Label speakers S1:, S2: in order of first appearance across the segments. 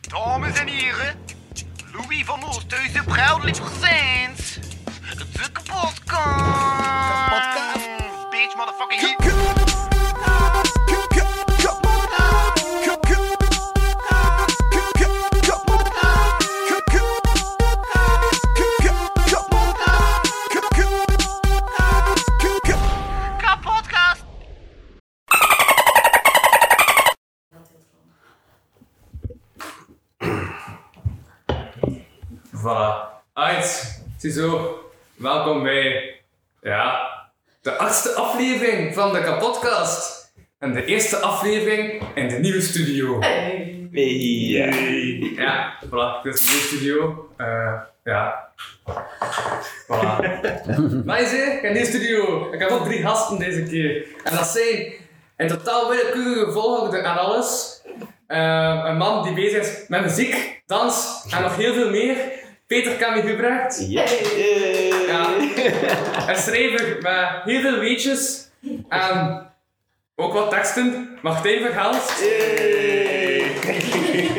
S1: Dames en heren, Louis van Oosthuizen, proudly presents de kapotkast. Bitch, motherfucking hit. Kapotkast.
S2: Voilà. Uit. Ziezo. Welkom bij, ja, de achtste aflevering van de Kapodcast. En de eerste aflevering in de nieuwe studio. Ja, voilà. Dit is de nieuwe studio. Eh, ja. Voilà. Meisje, in deze studio. Ik heb ook drie gasten deze keer. En dat zijn in totaal willekeurige volgorde aan alles. Eh, een man die bezig is met muziek, dans en nog heel veel meer. Peter Camille Hubrecht. Ja. Een schrijver met heel veel weetjes en ook wat teksten. Martijn Verhelst.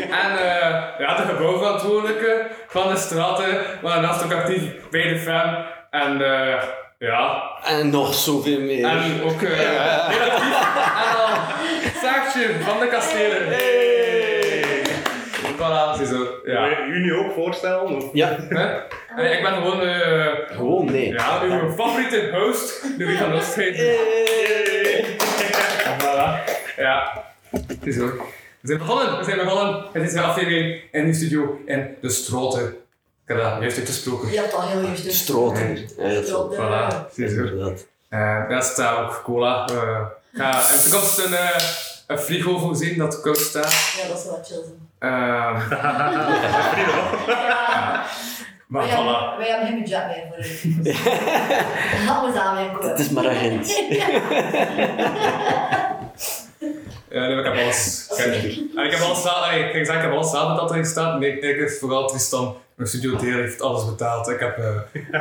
S2: En eh, ja, de gebouwverantwoordelijke van de straten, maar daarnaast ook actief bij de FAM. En eh, ja,
S3: En nog zoveel meer.
S2: en ook eh, heel actief. En dan Saartje van de Kastelen. Voilà, ziezo. Ja.
S4: Wil je nu ook voorstellen? Of?
S3: Ja,
S2: Hè? Eh, Ik ben gewoon eh,
S3: gewoon Oh, nee.
S2: ja, uw favoriete host, Louis van Oostheid. Voilà. Ja. Het is ook. We zijn begonnen, we zijn begonnen. Het is een aflevering in de studio in de Stroten. Ik heb dat juist uitgesproken.
S5: Je hebt al heel juist dus.
S3: Stroten. Ja, dat is wel-
S2: Voilà, het is ook.
S3: inderdaad.
S2: Eh, daar staat ook cola. Eh, ik ga in de toekomst een, eh, een frigo voorzien dat koud staat.
S5: Ja, dat is wel chill. zijn.
S2: Ehm, maar
S5: Wij
S2: voilà.
S5: hebben- wij hebben geen budget meer voor u. Dat moet aanwerken.
S3: Het is maar een hint.
S2: Ja, nee, maar ik heb alles. Ik heb, en ik heb alles staan. nee, ik, zeg, ik heb alles staan dat erin staat. Nee, ik heb vooral Tristan. Mijn studio deel heeft alles betaald. Ik heb eh,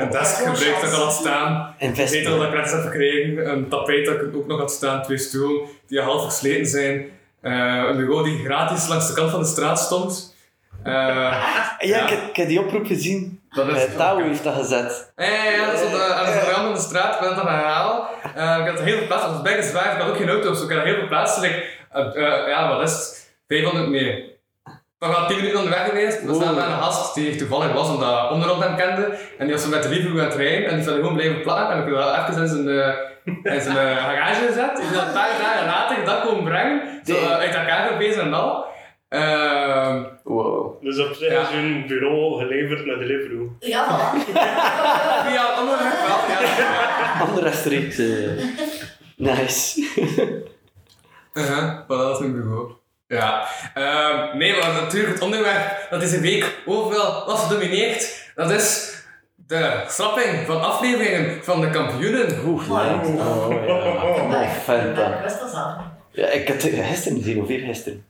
S2: een desk gebruikt dat ik al had staan. Beter dat
S3: Investeren.
S2: ik net heb gekregen. Een tapijt dat ik ook nog had staan. Twee stoelen die half versleten zijn. Eh, een bureau die gratis langs de kant van de straat stond. Eh,
S3: Ja, ik heb, ik heb die oproep gezien.
S2: Dat is-
S3: Eh, Tao heeft dat gezet.
S2: Ja, ja, ja, dat stond eh, aan de rand van de straat, ik ben het aan het herhalen. Eh, ik had heel veel plaats, want het is zwaar, ik had ook geen auto, dus ik had heel veel plaats. Dus ik, eh, eh, ja, wat is het? 500 meer. We waren 10 minuten onderweg geweest, we staan met een gast die toevallig was, omdat onderop hem kende. En die was zo met de liefde aan het rijden, en die zou gewoon blijven plakken. En ik heb wel even in zijn, eh, in zijn eh, garage gezet. Ik ben een paar dagen later dat komen brengen, zo eh, uit elkaar gewezen en al. Ehm,
S3: Wow.
S4: Dus op zich
S2: Ja.
S4: is hun bureau geleverd naar Deliveroo.
S5: Ja, voilà.
S2: via onderweg wel, ja.
S3: Andere streek. eh. Nice.
S2: Uh-huh, voilà, dat is mijn bureau. Ja. Ehm, nee, maar natuurlijk, het onderwerp dat deze week overal was gedomineerd, dat is de schrapping van afleveringen van de kampioenen.
S3: Oeh, ja. Oh, ja. Oh,
S5: Maar ik-
S3: vent,
S5: maar ik
S3: dat.
S5: wist dat zelf. niet.
S3: Ja, ik had het gisteren gezien, of eergisteren.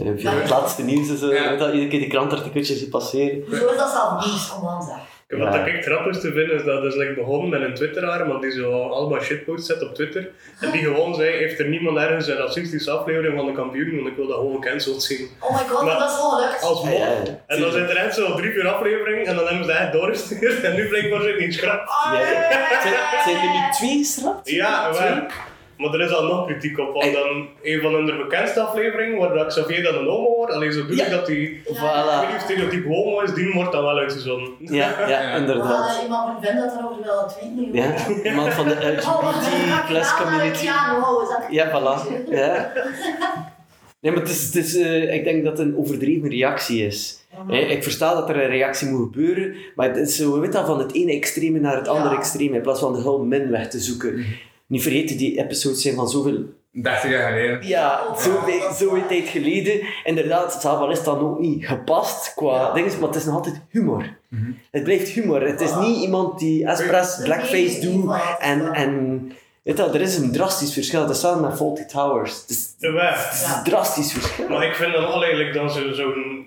S3: Eh, Via het laatste nieuws is eh,
S2: Ja.
S3: dat iedere keer die krantartikeltjes die passeren.
S5: Hoezo is dat zelf nieuws om aan te zeggen?
S4: En Wat
S3: Ja.
S4: ik grappig te vinden is dat dus like, begon met een twitteraar, want die zo allemaal shitposts zet op Twitter. En die gewoon zei, heeft er niemand ergens een racistische aflevering van de kampioen, want ik wil dat gewoon cancelled zien.
S5: Oh my god,
S4: Maar-
S5: dat is wel gelukt.
S4: Als mop.
S3: Ja, Ah, ja.
S4: En dan zit er echt zo drie uur aflevering en dan hebben ze dat echt doorgestuurd. En nu blijkbaar zit die schrap.
S3: Ah, Ja. Zijn- Zijn er nu twee geschrapt?
S4: Ja,
S3: Twee?
S4: maar, maar er is al nog kritiek op,
S3: Hey.
S4: want dan een van hun bekendste afleveringen, waar dat Xavier dan een homo wordt, alleen zo doe ik
S3: Ja.
S4: dat die... Ik weet niet
S3: Voilà.
S4: of stereotyp homo is, die wordt dan wel uitgezonden.
S3: Ja,
S2: Ja.
S3: ja,
S5: We
S3: inderdaad.
S5: hadden iemand moet vinden dat er over wel een tweede
S3: Ja, iemand van de
S5: Oh,
S3: LGBT plus community. Ja, voilà. Ja. Nee, maar het is, het is, eh, ik denk dat het een overdreven reactie is. Hè, ik versta dat er een reactie moet gebeuren, maar het is zo, weet dat, van het ene extreme naar het
S5: Ja.
S3: andere extreme, in plaats van de heel min weg te zoeken. Niet vergeten, die episodes zijn van zoveel...
S2: 30 jaar geleden.
S3: Ja, zoveel, zoveel tijd geleden. Inderdaad, zelf al is dat ook niet gepast qua
S5: Ja.
S3: dingen, maar het is nog altijd humor. Het blijft humor. Het is niet iemand die expres blackface doet en... en weet dat, er is een drastisch verschil. Dat is wel met Fawlty Towers. Het is-
S4: De weg.
S3: het is een drastisch verschil.
S4: Maar ik vind dan wel eigenlijk dat ze zo'n...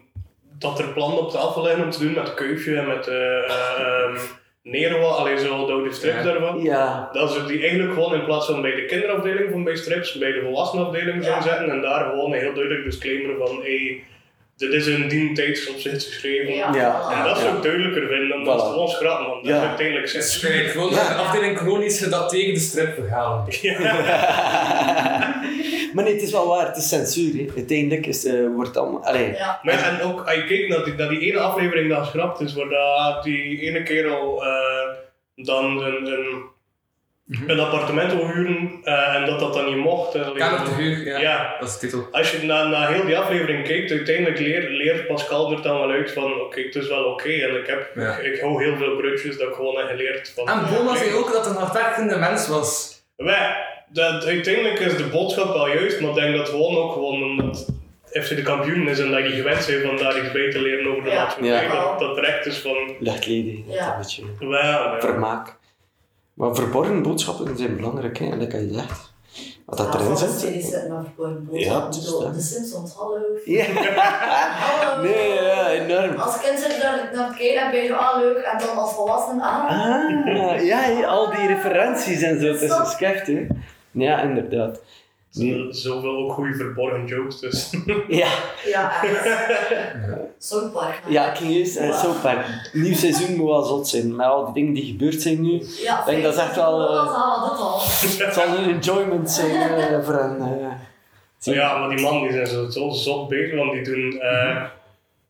S4: Dat er plannen op tafel liggen om te doen met Keufje en met eh eh, ehm, Nero, alleen zo de oude strips
S2: Ja.
S4: daarvan.
S3: Ja,
S4: Dat ze die eigenlijk gewoon in plaats van bij de kinderafdeling van bij strips, bij de volwassenenafdeling
S5: Ja.
S4: zouden zetten en daar gewoon een heel duidelijk disclaimer van hey, dit is in die tijdsopzicht geschreven.
S5: Ja.
S3: Ja.
S4: En dat zou ik duidelijker vinden dan dat
S3: Voilà.
S4: ze ons grappen, want dat
S3: Ja.
S4: is uiteindelijk
S2: Het is
S4: zin.
S2: eigenlijk gewoon een afdeling chronisch dat tegen de strip verhalen.
S3: Maar nee, het is wel waar, het is censuur. hè. Uiteindelijk is, eh, wordt het allemaal. Allee,
S5: Ja.
S4: Maar, en ook, als je kijkt naar die, naar die ene aflevering dat geschrapt is, waar dat die ene kerel eh dan een, een, een appartement wil huren eh, en dat dat dan niet mocht. en alleen-
S2: Kamer te huur, ja.
S4: Ja.
S2: Dat is de titel.
S4: Als je naar na heel die aflevering kijkt, uiteindelijk leer- leert Pascal er dan wel uit van oké, het is wel oké. En ik, heb,
S2: Ja.
S4: ik, ik hou heel veel brutjes dat ik gewoon heb geleerd van...
S2: En Boma zei ook dat het een hardwerkende mens was.
S4: Wij, dat, uiteindelijk is de boodschap wel juist, maar ik denk dat gewoon ook gewoon omdat FC de kampioen is en dat je gewend bent van daar iets bij te leren over de
S5: Ja.
S4: maatschappij.
S5: Ja.
S4: Dat, dat direct is van,
S3: luchtleden, dat
S5: Ja.
S3: een beetje
S4: wij, ja.
S3: vermaak. Maar verborgen boodschappen zijn belangrijk, hè? En dat kan je echt. Wat dat erin
S5: Series
S3: zit.
S5: zitten maar verborgen
S3: Ja,
S5: boodschappen.
S3: dus
S5: Zo,
S3: dat.
S5: de Simpsons, hallo.
S3: Ja.
S5: Hallo.
S3: Nee, ja, enorm.
S5: Als kind zit je daar naar te kijken en ben je ah leuk. En dan als volwassen, ah.
S3: Ah, ja, hè, al die referenties en zo. Het is
S5: Zo.
S3: een skeft, hè? Ja, inderdaad. Nee.
S4: Zoveel ook goede verborgen jokes, dus...
S3: Ja,
S5: Ja, echt. Zo'n park.
S3: ja ik ging eerst en zo ver. Nieuw seizoen moet wel zot zijn, met al die dingen die gebeurd zijn nu.
S5: Ja,
S3: denk dat is echt wel, eh,
S5: Dat is al, dat is al.
S3: Het zal een enjoyment zijn eh, voor hen. eh.
S4: Ja, maar die man die zijn zo, zo zot bezig, want die doen... eh,
S3: Mhm.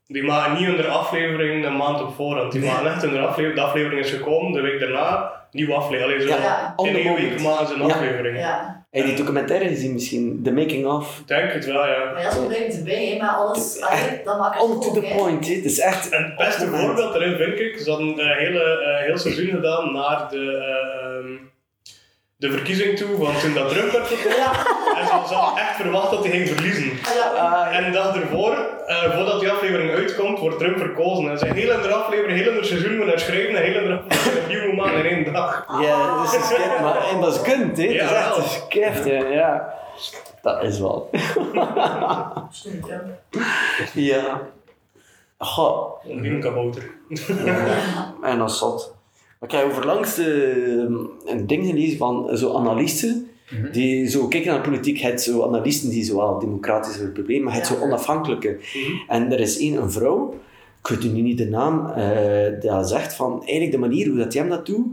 S4: die maken niet hun aflevering een maand op voorhand. Die maken echt hun aflevering, de aflevering is gekomen, de week daarna, nieuwe aflevering. Allee, zo,
S3: Ja, on
S4: in
S3: the
S4: één
S3: moment.
S4: week maken ze een
S3: Ja.
S4: aflevering.
S5: Ja,
S3: Heb je die documentaire gezien misschien? The Making of?
S4: Ik denk het wel, ja.
S5: maar ja, dat blijft erbij, hè, maar alles, allee, dat maakt het
S3: On to
S5: ook,
S3: the
S5: hè.
S3: point, hè. het is echt...
S4: En het beste
S3: op moment.
S4: voorbeeld erin vind ik, ze hadden een hele, eh, heel seizoen gedaan naar de, eh, ehm, de verkiezing toe, want toen dat Trump werd verkozen,
S5: Ja,
S4: en ze ze hadden echt verwacht dat hij ging verliezen.
S5: ja.
S3: Ah,
S4: En de dag ervoor, eh, voordat die aflevering uitkomt, wordt Trump verkozen. En ze hebben heel andere aflevering, heel ander seizoen moeten schrijven, een heel andere aflevering, een nieuwe maand in één dag.
S3: ja, dat is een skip, maar en dat is kunst, hè. dat is
S4: Ja,
S3: echt
S4: wel.
S3: een skip, ja. ja. Dat is wel. Ah.
S5: Misschien Trump.
S3: ja. Goh,
S4: Een nieuwe kabouter.
S3: en dat is zot. Maar ik heb overlangs eh, een ding gelezen van zo'n analisten, die zo kijken naar politiek, het zo analisten die zo wel democratisch over problemen, maar het
S5: Ja.
S3: zo onafhankelijke. En er is één, een vrouw, ik weet nu niet de naam, eh, die zegt van, eigenlijk de manier hoe dat hij hem dat doet,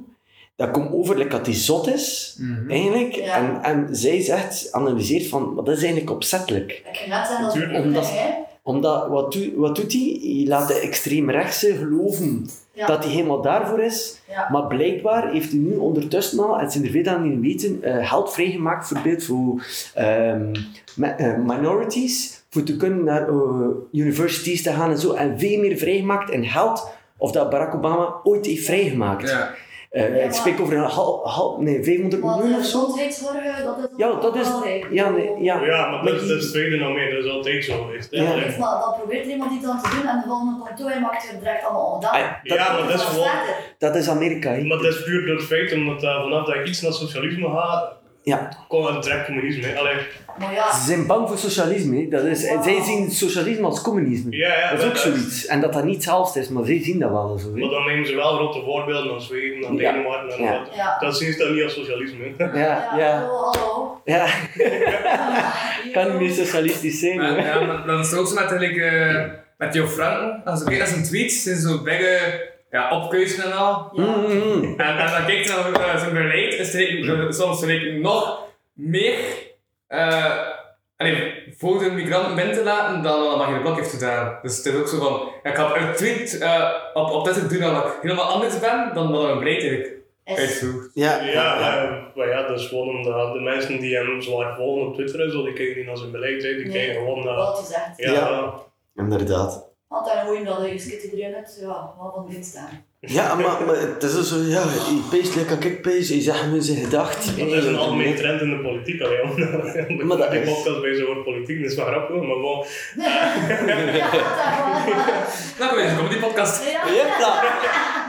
S3: dat komt over like dat hij zot is, eigenlijk.
S5: Ja.
S3: En, en zij zegt, analyseert van, maar dat is eigenlijk opzettelijk.
S5: Ik ging net zeggen dat
S4: Natuurlijk,
S5: het
S3: omdat-
S5: is, hè.
S3: Omdat, wat, doe- wat doet hij? Hij laat de extreemrechtse geloven
S5: Ja.
S3: dat hij helemaal daarvoor is.
S5: Ja.
S3: Maar blijkbaar heeft hij nu ondertussen al, en het zijn er veel dat niet weten, eh, geld vrijgemaakt bijvoorbeeld voor ehm, ma- eh, minorities, voor te kunnen naar eh, universities te gaan en zo. En veel meer vrijgemaakt in geld of dat Barack Obama ooit heeft vrijgemaakt.
S2: Ja.
S3: Eh,
S5: Ja,
S3: ik spreek
S5: maar-
S3: over een half, half nee, 500
S5: Want
S3: miljoen
S5: de
S3: of zo.
S5: gezondheidszorg, dat is
S3: Ja,
S5: ook
S3: dat is...
S5: belangrijk.
S3: Ja, nee, ja.
S4: Oh Ja, maar dat is
S3: die-
S4: dat is het tweede nou meer, dat is altijd zo geweest. hè.
S3: Ja.
S5: Maar dat probeert iemand iets aan te doen en de volgende kantoor en maakt het direct allemaal
S3: Ah,
S5: ongedaan.
S3: dat,
S4: Ja, maar dat is gewoon...
S5: sterker.
S3: dat is Amerika. hè.
S4: Maar dat is puur door het feit, omdat eh, vanaf dat je iets naar socialisme gaat,
S3: Ja.
S4: komt het direct communisme. hè. Allee,
S5: Maar ja,
S3: Ze zijn bang voor socialisme. hè. Dat is, en Zij zien socialisme als communisme.
S4: ja, ja,
S3: dat is ook zoiets. En dat dat niet hetzelfde is, maar zij zien dat wel zo. hè.
S4: Maar dan nemen ze wel grote voorbeelden als Zweden, dan
S3: Ja.
S4: Denemarken en
S3: Ja.
S4: wat.
S5: Ja.
S4: Dat zien ze dan niet als socialisme. hè.
S3: Ja, ja,
S5: hallo, hallo.
S3: ja.
S5: Hier,
S3: Kan niet socialistisch zijn.
S2: Maar,
S3: hè.
S2: ja, maar dat is ook zo met, like, eh, met die Franken. Als ik kijk naar zijn tweets, zijn zo bergen ja, opkeuzen en al.
S5: Ja.
S3: Mm, mm, mm.
S2: En, en dan kijk je naar eh, zijn beleid, is er eigenlijk, eh, soms eigenlijk nog meer eh, allee, voor de migranten binnen te laten dan wat Maggie de Blok heeft gedaan. Dus het is ook zo van, ja, ik had een tweet eh, op, op Twitter doen dat ik helemaal anders ben dan wat mijn beleid eigenlijk
S5: Is-
S2: uitvoert.
S3: Ja,
S4: Ja, maar, maar ja, dat is gewoon omdat de mensen die hem zwaar volgen op Twitter en zo, die kijken niet naar zijn beleid, hè. die
S5: Nee.
S4: kijken gewoon naar...
S5: Wat gezegd.
S4: Ja,
S3: Ja. Inderdaad.
S5: Want daar hoor je dat je skit iedereen uit, ja, wat van dit staan.
S3: Ja, maar, maar het is dus zo, ja, je peest lekker, ik pees, je zegt me zijn gedacht.
S4: dat is een algemene trend in de politiek alleen.
S3: Maar
S4: Omdat
S3: dat
S4: die
S3: is-
S4: podcast bij zo'n woord politiek, dat is wel grappig, maar gewoon...
S5: Ja, dat
S2: Nou, kom eens, kom op die podcast.
S5: Ja.
S3: Jepla.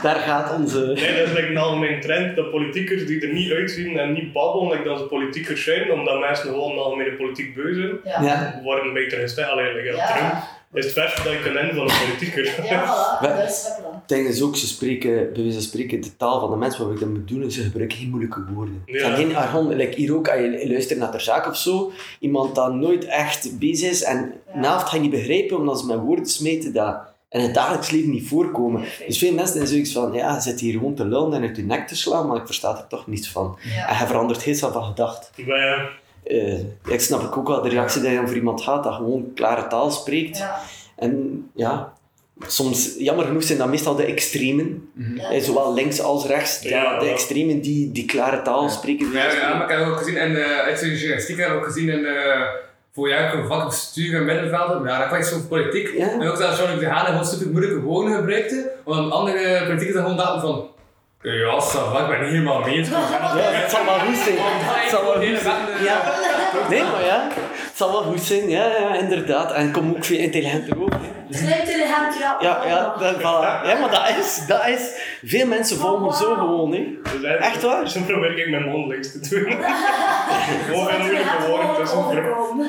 S3: Daar gaat onze...
S4: Nee, dat is like een algemene trend dat politiekers die er niet uitzien en niet babbelen, like dat ze politiekers zijn, omdat mensen gewoon algemene politiek beu zijn.
S5: Ja.
S3: Ja.
S4: worden beter gesteld. Alleen like,
S5: Ja.
S4: Trump is het verste dat je kunt hebben van een politieker.
S5: Ja, voilà.
S3: Wij-
S5: Dat is wel ja.
S3: ding is ook, ze spreken, bij wijze van spreken, de taal van de mensen. Wat ik dan moet doen, is ze gebruiken geen moeilijke woorden.
S4: Ja.
S3: Het zijn geen argon, like hier ook, als je luistert naar ter zaak of zo, iemand dat nooit echt bezig is en
S5: Ja.
S3: naast ga je niet begrijpen, omdat ze met woorden smeten dat in het dagelijks leven niet voorkomen. Dus veel mensen zijn zoiets van, ja, je zit hier gewoon te lullen en uit je nek te slaan, maar ik versta er toch niets van. En hij verandert heel snel van gedacht.
S4: Bij,
S3: Eh, ik snap ook wel de reactie die je over iemand gaat, dat gewoon klare taal spreekt.
S5: Ja.
S3: En ja, soms, jammer genoeg zijn dat meestal de extremen,
S5: Ja.
S3: eh, zowel links als rechts,
S4: Ja,
S3: de, de
S4: ja.
S3: extremen die, die klare taal spreken. die
S2: Ja,
S3: dat
S2: ja, maar ik heb ook gezien, en eh uit de journalistiek heb ik ook gezien, en eh voor jou een vak bestuur en middenvelden, maar ja, dat kwam iets van politiek.
S3: Ja.
S2: En ook dat Jean-Luc de Haan gewoon super moeilijke woorden gebruikte, omdat andere politici dan gewoon dachten van, eh, ja, ça va, ik ben niet helemaal mee. Het kan zijn.
S3: Ja, het zal wel goed zijn.
S2: Omdat
S3: Het
S2: ik
S3: zal
S2: gewoon
S3: wel goed
S2: hele
S3: zijn.
S2: wetten, eh,
S3: Ja. Nee, maar ja, het zal wel goed zijn. Ja, ja, inderdaad. En kom ook veel intelligenter over.
S5: Sluit Dus in de hand, ja.
S3: Ja, ja, dat, voilà. ja, maar dat is, dat is... Veel mensen volgen zo gewoon, hè.
S4: dus
S3: Echt waar?
S4: Zo probeer ik mijn mond links te doen. Gewoon
S5: Sluit
S4: een
S5: in de
S4: moeilijke woorden
S5: hand,
S4: tussen.
S5: overkomen.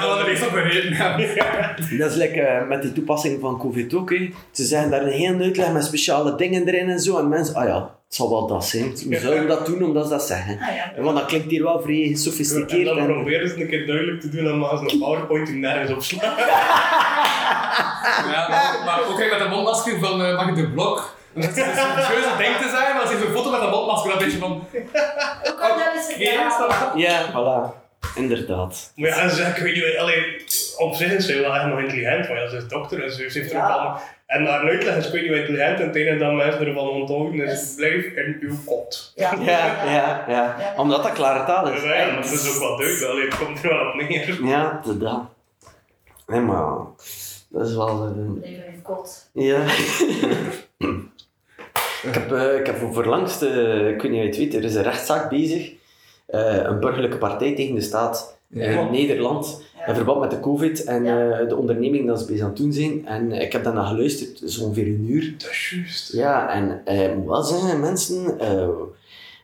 S2: Ja, dat is
S4: andere-
S2: toch bereden. Ja.
S3: Dat is lekker eh, met die toepassing van COVID ook. hè. Ze zijn daar een hele uitleg met speciale dingen erin en zo. En mensen, ah ja, het zal wel dat zijn. We zouden dat doen omdat ze dat zeggen.
S5: Ah ja.
S3: En Want dat klinkt hier wel vrij
S4: En
S3: gesofisticeerd.
S4: dan
S3: En
S4: proberen ze een keer duidelijk te doen en maken ze een powerpoint die nergens op slaat.
S2: Ja, maar- maar ook kijk met dat mondmasker van eh, mag ik de blok? Dat is een serieuze ding te zijn, maar als je zo'n foto met een mondmasker, dan weet je van,
S5: Hoe kan dat eens
S2: oké,
S5: gedaan?
S2: snap je?
S3: ja, voilà. Inderdaad.
S4: Maar ja, en ze, ik weet niet, allee, op zich is ze wel helemaal intelligent, maar ja, ze is dokter en ze heeft er ook
S5: Ja.
S4: allemaal... En haar uitleg is, ik weet niet wat intelligent en het enige dat mensen ervan onthouden is,
S5: Yes.
S4: blijf in uw kot.
S5: Ja,
S3: Ja, ja, ja. Omdat dat klare taal is.
S4: Ja, ja, maar het is ook wel duidelijk, allee, het komt er wel op neer.
S3: Ja, dat. Nee, maar dat is wel... eh,
S5: Leven in kot.
S3: Ja. ik, heb, eh, ik heb voor voorlangst, eh, ik weet niet of je het weet, er is een rechtszaak bezig. eh, een burgerlijke partij tegen de staat eh,
S2: Ja.
S3: in Nederland.
S5: Ja.
S3: In verband met de covid en
S5: Ja.
S3: eh, de onderneming dat ze bezig aan het doen zijn. En eh, ik heb daarna geluisterd, zo ongeveer een uur.
S4: Dat is juist.
S3: Ja, en eh, moet wel zeggen, mensen, eh,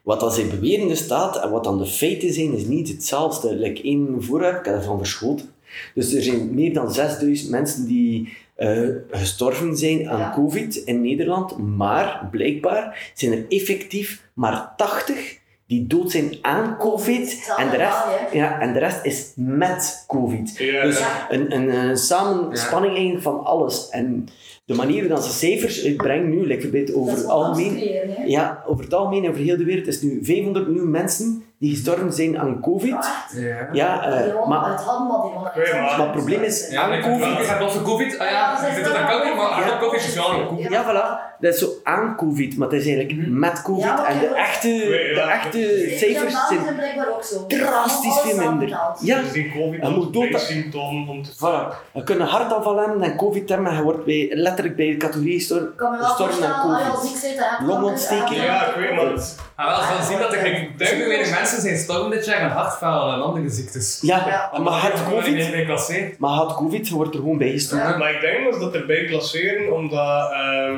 S3: wat dan zij beweren de staat en wat dan de feiten zijn, is niet hetzelfde. Like één voorwerp, ik heb ervan verschoten. Dus er zijn meer dan 6000 mensen die eh, gestorven zijn aan
S5: Ja.
S3: COVID in Nederland, maar blijkbaar zijn er effectief maar 80 die dood zijn aan COVID
S5: Dat
S3: en de
S5: wel,
S3: rest,
S5: hè?
S3: ja, en de rest is met COVID.
S4: Ja,
S3: Dus
S4: ja.
S3: een, een, eh, samenspanning eigenlijk van alles. En de manier hoe dat ze cijfers uitbrengen nu, like bijvoorbeeld over
S5: Dat is
S3: het
S5: wel
S3: algemeen.
S5: concentreren, hè.
S3: Ja, over het algemeen en over heel de wereld is nu 500 miljoen mensen die gestorven zijn aan COVID.
S5: Echt?
S2: Ja.
S3: Ja, eh,
S5: Die man
S3: maar
S5: uit handbal, die man uit
S4: Ja, maar-
S5: handbal.
S3: maar het probleem is-
S2: Ja, maar ik
S3: Covid.
S2: Ik heb losse covid. Ah ja,
S5: Ja,
S2: dat is dat kan niet, maar aan covid is wel een covid.
S5: Ja.
S3: Ja, voilà. Dat is zo aan COVID, maar het is eigenlijk met COVID.
S5: Mhm. Ja, maar
S3: en de
S5: kijk,
S3: echte, de
S4: ja.
S3: echte cijfers
S5: zijn
S3: zijn
S5: blijkbaar ook zo.
S3: drastisch veel minder. Ja,
S4: Dus die covid
S3: Hij moet dood-
S4: als symptoom om te...
S3: voilà. Je kunt een hartaanval hebben en COVID hebben en je wordt bij, letterlijk bij de categorie gestorven
S5: Kan me wel
S3: gestorven aan
S5: voorstellen, als je al
S3: COVID.
S5: ziek zit, dan heb je
S3: Longontsteking.
S5: kanker,
S4: Ja, ik weet maar het.
S2: Maar Ah, wel van zien dat er gelijk duizenden meer mensen zijn storm dit jaar aan hartfalen en andere ziektes.
S3: Ja,
S5: Ja.
S3: maar het COVID...
S2: Nee, was C.
S3: Maar had COVID, je wordt er gewoon bij gestoken.
S5: Ja.
S4: Maar ik denk dat ze dat erbij klasseren, omdat... ehm,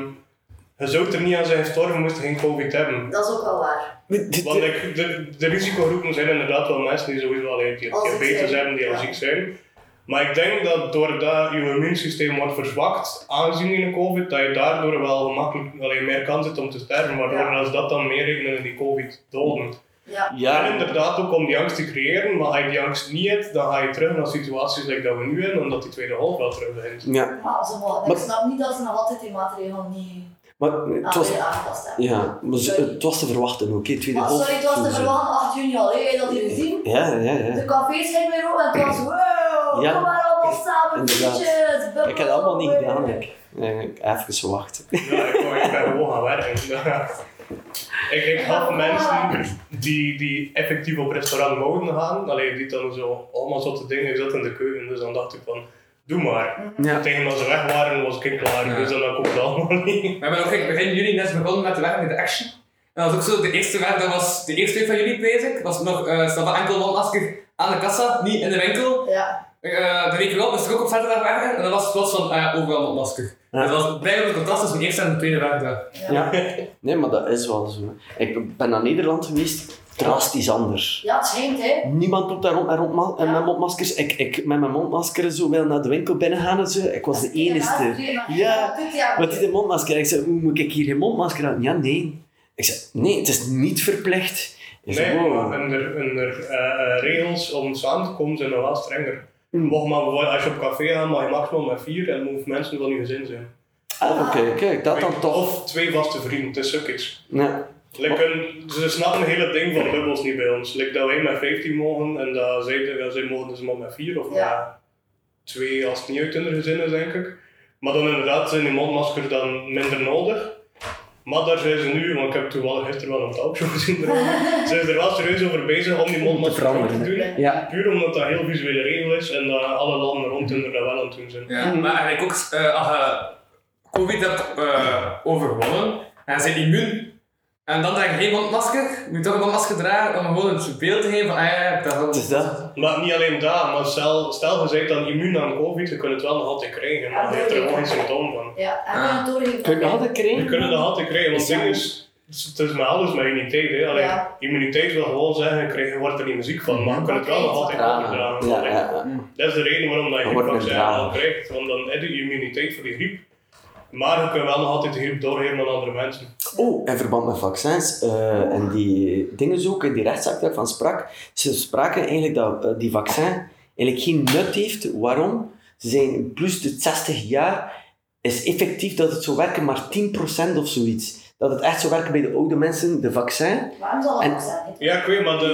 S4: je zou er niet aan zijn gestorven moest je geen covid hebben.
S5: Dat is ook wel waar.
S3: Dit- dit-
S4: Want ik, de, de risicogroepen zijn inderdaad wel mensen die sowieso al die
S5: Al ziek
S4: diabetes
S5: zijn.
S4: hebben, die al
S5: Ja.
S4: ziek zijn. Maar ik denk dat doordat je immuunsysteem wordt verzwakt, aangezien in de COVID, dat je daardoor wel gemakkelijk alleen meer kans hebt om te sterven. Waardoor
S5: Ja.
S4: als dat dan meer rekenen in die COVID doden.
S5: Ja.
S4: En
S3: Ja,
S4: inderdaad ook om die angst te creëren, maar als je die angst niet hebt, dan ga je terug naar situaties like dat we nu hebben, omdat die tweede golf wel terug begint.
S3: ja.
S5: Maar, zo, wel.
S3: Maar-
S5: ik snap niet dat ze nog altijd die maatregelen niet
S3: Maar het
S5: aan
S3: was,
S5: weer aangepast hebben.
S3: ja, maar ze- het was te verwachten ook, hè, tweede
S5: Maar
S3: golf.
S5: Ah, sorry, het was te
S3: sowieso.
S5: verwachten 8 juni al, hè. heb je dat hier gezien?
S3: Ja, ja, ja.
S5: De cafés gingen weer open en het was wow,
S3: Ja.
S5: kom maar allemaal samen,
S3: Inderdaad.
S5: biertjes, bubbel,
S3: Ik heb het allemaal niet
S5: wow.
S3: gedaan, ik. Eh, ik heb even gewacht.
S4: Ja, ik, wou- ik ben gewoon gaan werken. ik, ik had mensen die, die effectief op restaurant mogen gaan, alleen die dan zo allemaal zotte dingen ik zat in de keuken, dus dan dacht ik van, doe maar.
S3: Ja.
S4: Tegen dat ze weg waren was ik klaar,
S2: Ja.
S4: dus dan kon ik het allemaal niet.
S2: We hebben ook kijk, begin juni net begonnen met de werk met de action. dat was ook zo, de eerste week, dat was de eerste week van jullie bezig, was nog eh Stava enkel wandelmasker aan de kassa, niet in de winkel.
S5: Ja.
S2: Eh, de week erop was ik ook op zaterdag werken en dat was het plots van ah ja, overal mondmasker.
S3: Ja.
S2: Dus dat was blijkbaar een contrast tussen de eerste en de tweede werkdag.
S3: Ja. Nee, maar dat is wel zo. Ik ben naar Nederland geweest, drastisch anders.
S5: Ja, het schijnt, hè.
S3: Niemand loopt daar rond met, rondma- en
S5: Ja.
S3: met mondmaskers. Ik, ik met mijn mondmasker zo wil naar de winkel binnengaan en zo. Ik was de enige. Ja, Wat is een mondmasker? Ik zei, hoe moet ik hier geen mondmasker aan? Ja, nee. Ik zei, nee, het is niet verplicht. Ik zei,
S4: Nee,
S3: wow.
S4: maar en er, en er eh, eh, regels om het samen te komen zijn nog wel strenger. Mocht maar bijvoorbeeld, als je op café gaat, mag je maximaal met vier en hoeveel mensen van je gezin zijn.
S3: Ah, oké, kijk, dat dan toch.
S4: Of twee vaste vrienden, het is zoiets.
S3: Nee.
S4: Like een- ze snappen het hele ding van bubbels niet bij ons. Like dat wij met 15 mogen en dat zij, ja, zij mogen dus maar met vier
S5: Ja.
S4: of met twee als het niet uit hun gezin is, denk ik. Maar dan inderdaad zijn die mondmaskers dan minder nodig. Maar daar zijn ze nu, want ik heb toevallig gisteren wel een talkshow gezien. ze is er wel serieus over bezig om die mondmaskers
S3: veranderen,
S4: op te doen.
S3: Ja.
S4: Puur omdat dat een heel visuele regel is en dat alle landen rond hun er dat wel aan het doen zijn.
S2: Ja, maar eigenlijk ook, eh, als je COVID hebt eh, overwonnen en ze immuun, en dan draag je geen mondmasker, moet je toch een mondmasker dragen om gewoon het beeld te geven van, ah ja, ja, dat
S3: Het is dat.
S4: Maar niet alleen daar, maar stel, stel je bent dan immuun aan COVID, je kunt het wel nog altijd krijgen. Maar je hebt er gewoon geen symptoom van.
S5: Ja, en dan doorheen.
S3: Kun je dat altijd
S4: Je
S3: krijgen?
S4: kunt het nog altijd krijgen, want
S3: Is
S4: het ding
S3: dat-
S4: is, het is maar alles met immuniteit. Hè. Alleen,
S5: Ja.
S4: Immuniteit wil gewoon zeggen, je krijgt- je wordt er niet muziek van, maar je kunt het wel nog altijd
S3: Ja,
S4: overdragen.
S3: ja,
S4: Allee,
S3: ja.
S4: Dat is de reden waarom dat je
S3: Dan
S4: geen
S3: wordt het
S4: vaccin
S3: dragen.
S4: al krijgt, want dan heb je immuniteit voor die griep. Maar je kunt wel nog altijd de griep doorgeven aan andere mensen.
S3: Oh, in verband met vaccins eh, en die dingen zoeken, die rechtszaak daarvan sprak, ze spraken eigenlijk dat eh, die vaccin eigenlijk geen nut heeft. Waarom? Ze zijn plus de 60 jaar, is effectief dat het zou werken maar 10% of zoiets. Dat het echt zou werken bij de oude mensen, de vaccin.
S5: Waarom zal dat
S3: En-
S5: nog zijn?
S4: Ja, ik weet, maar de,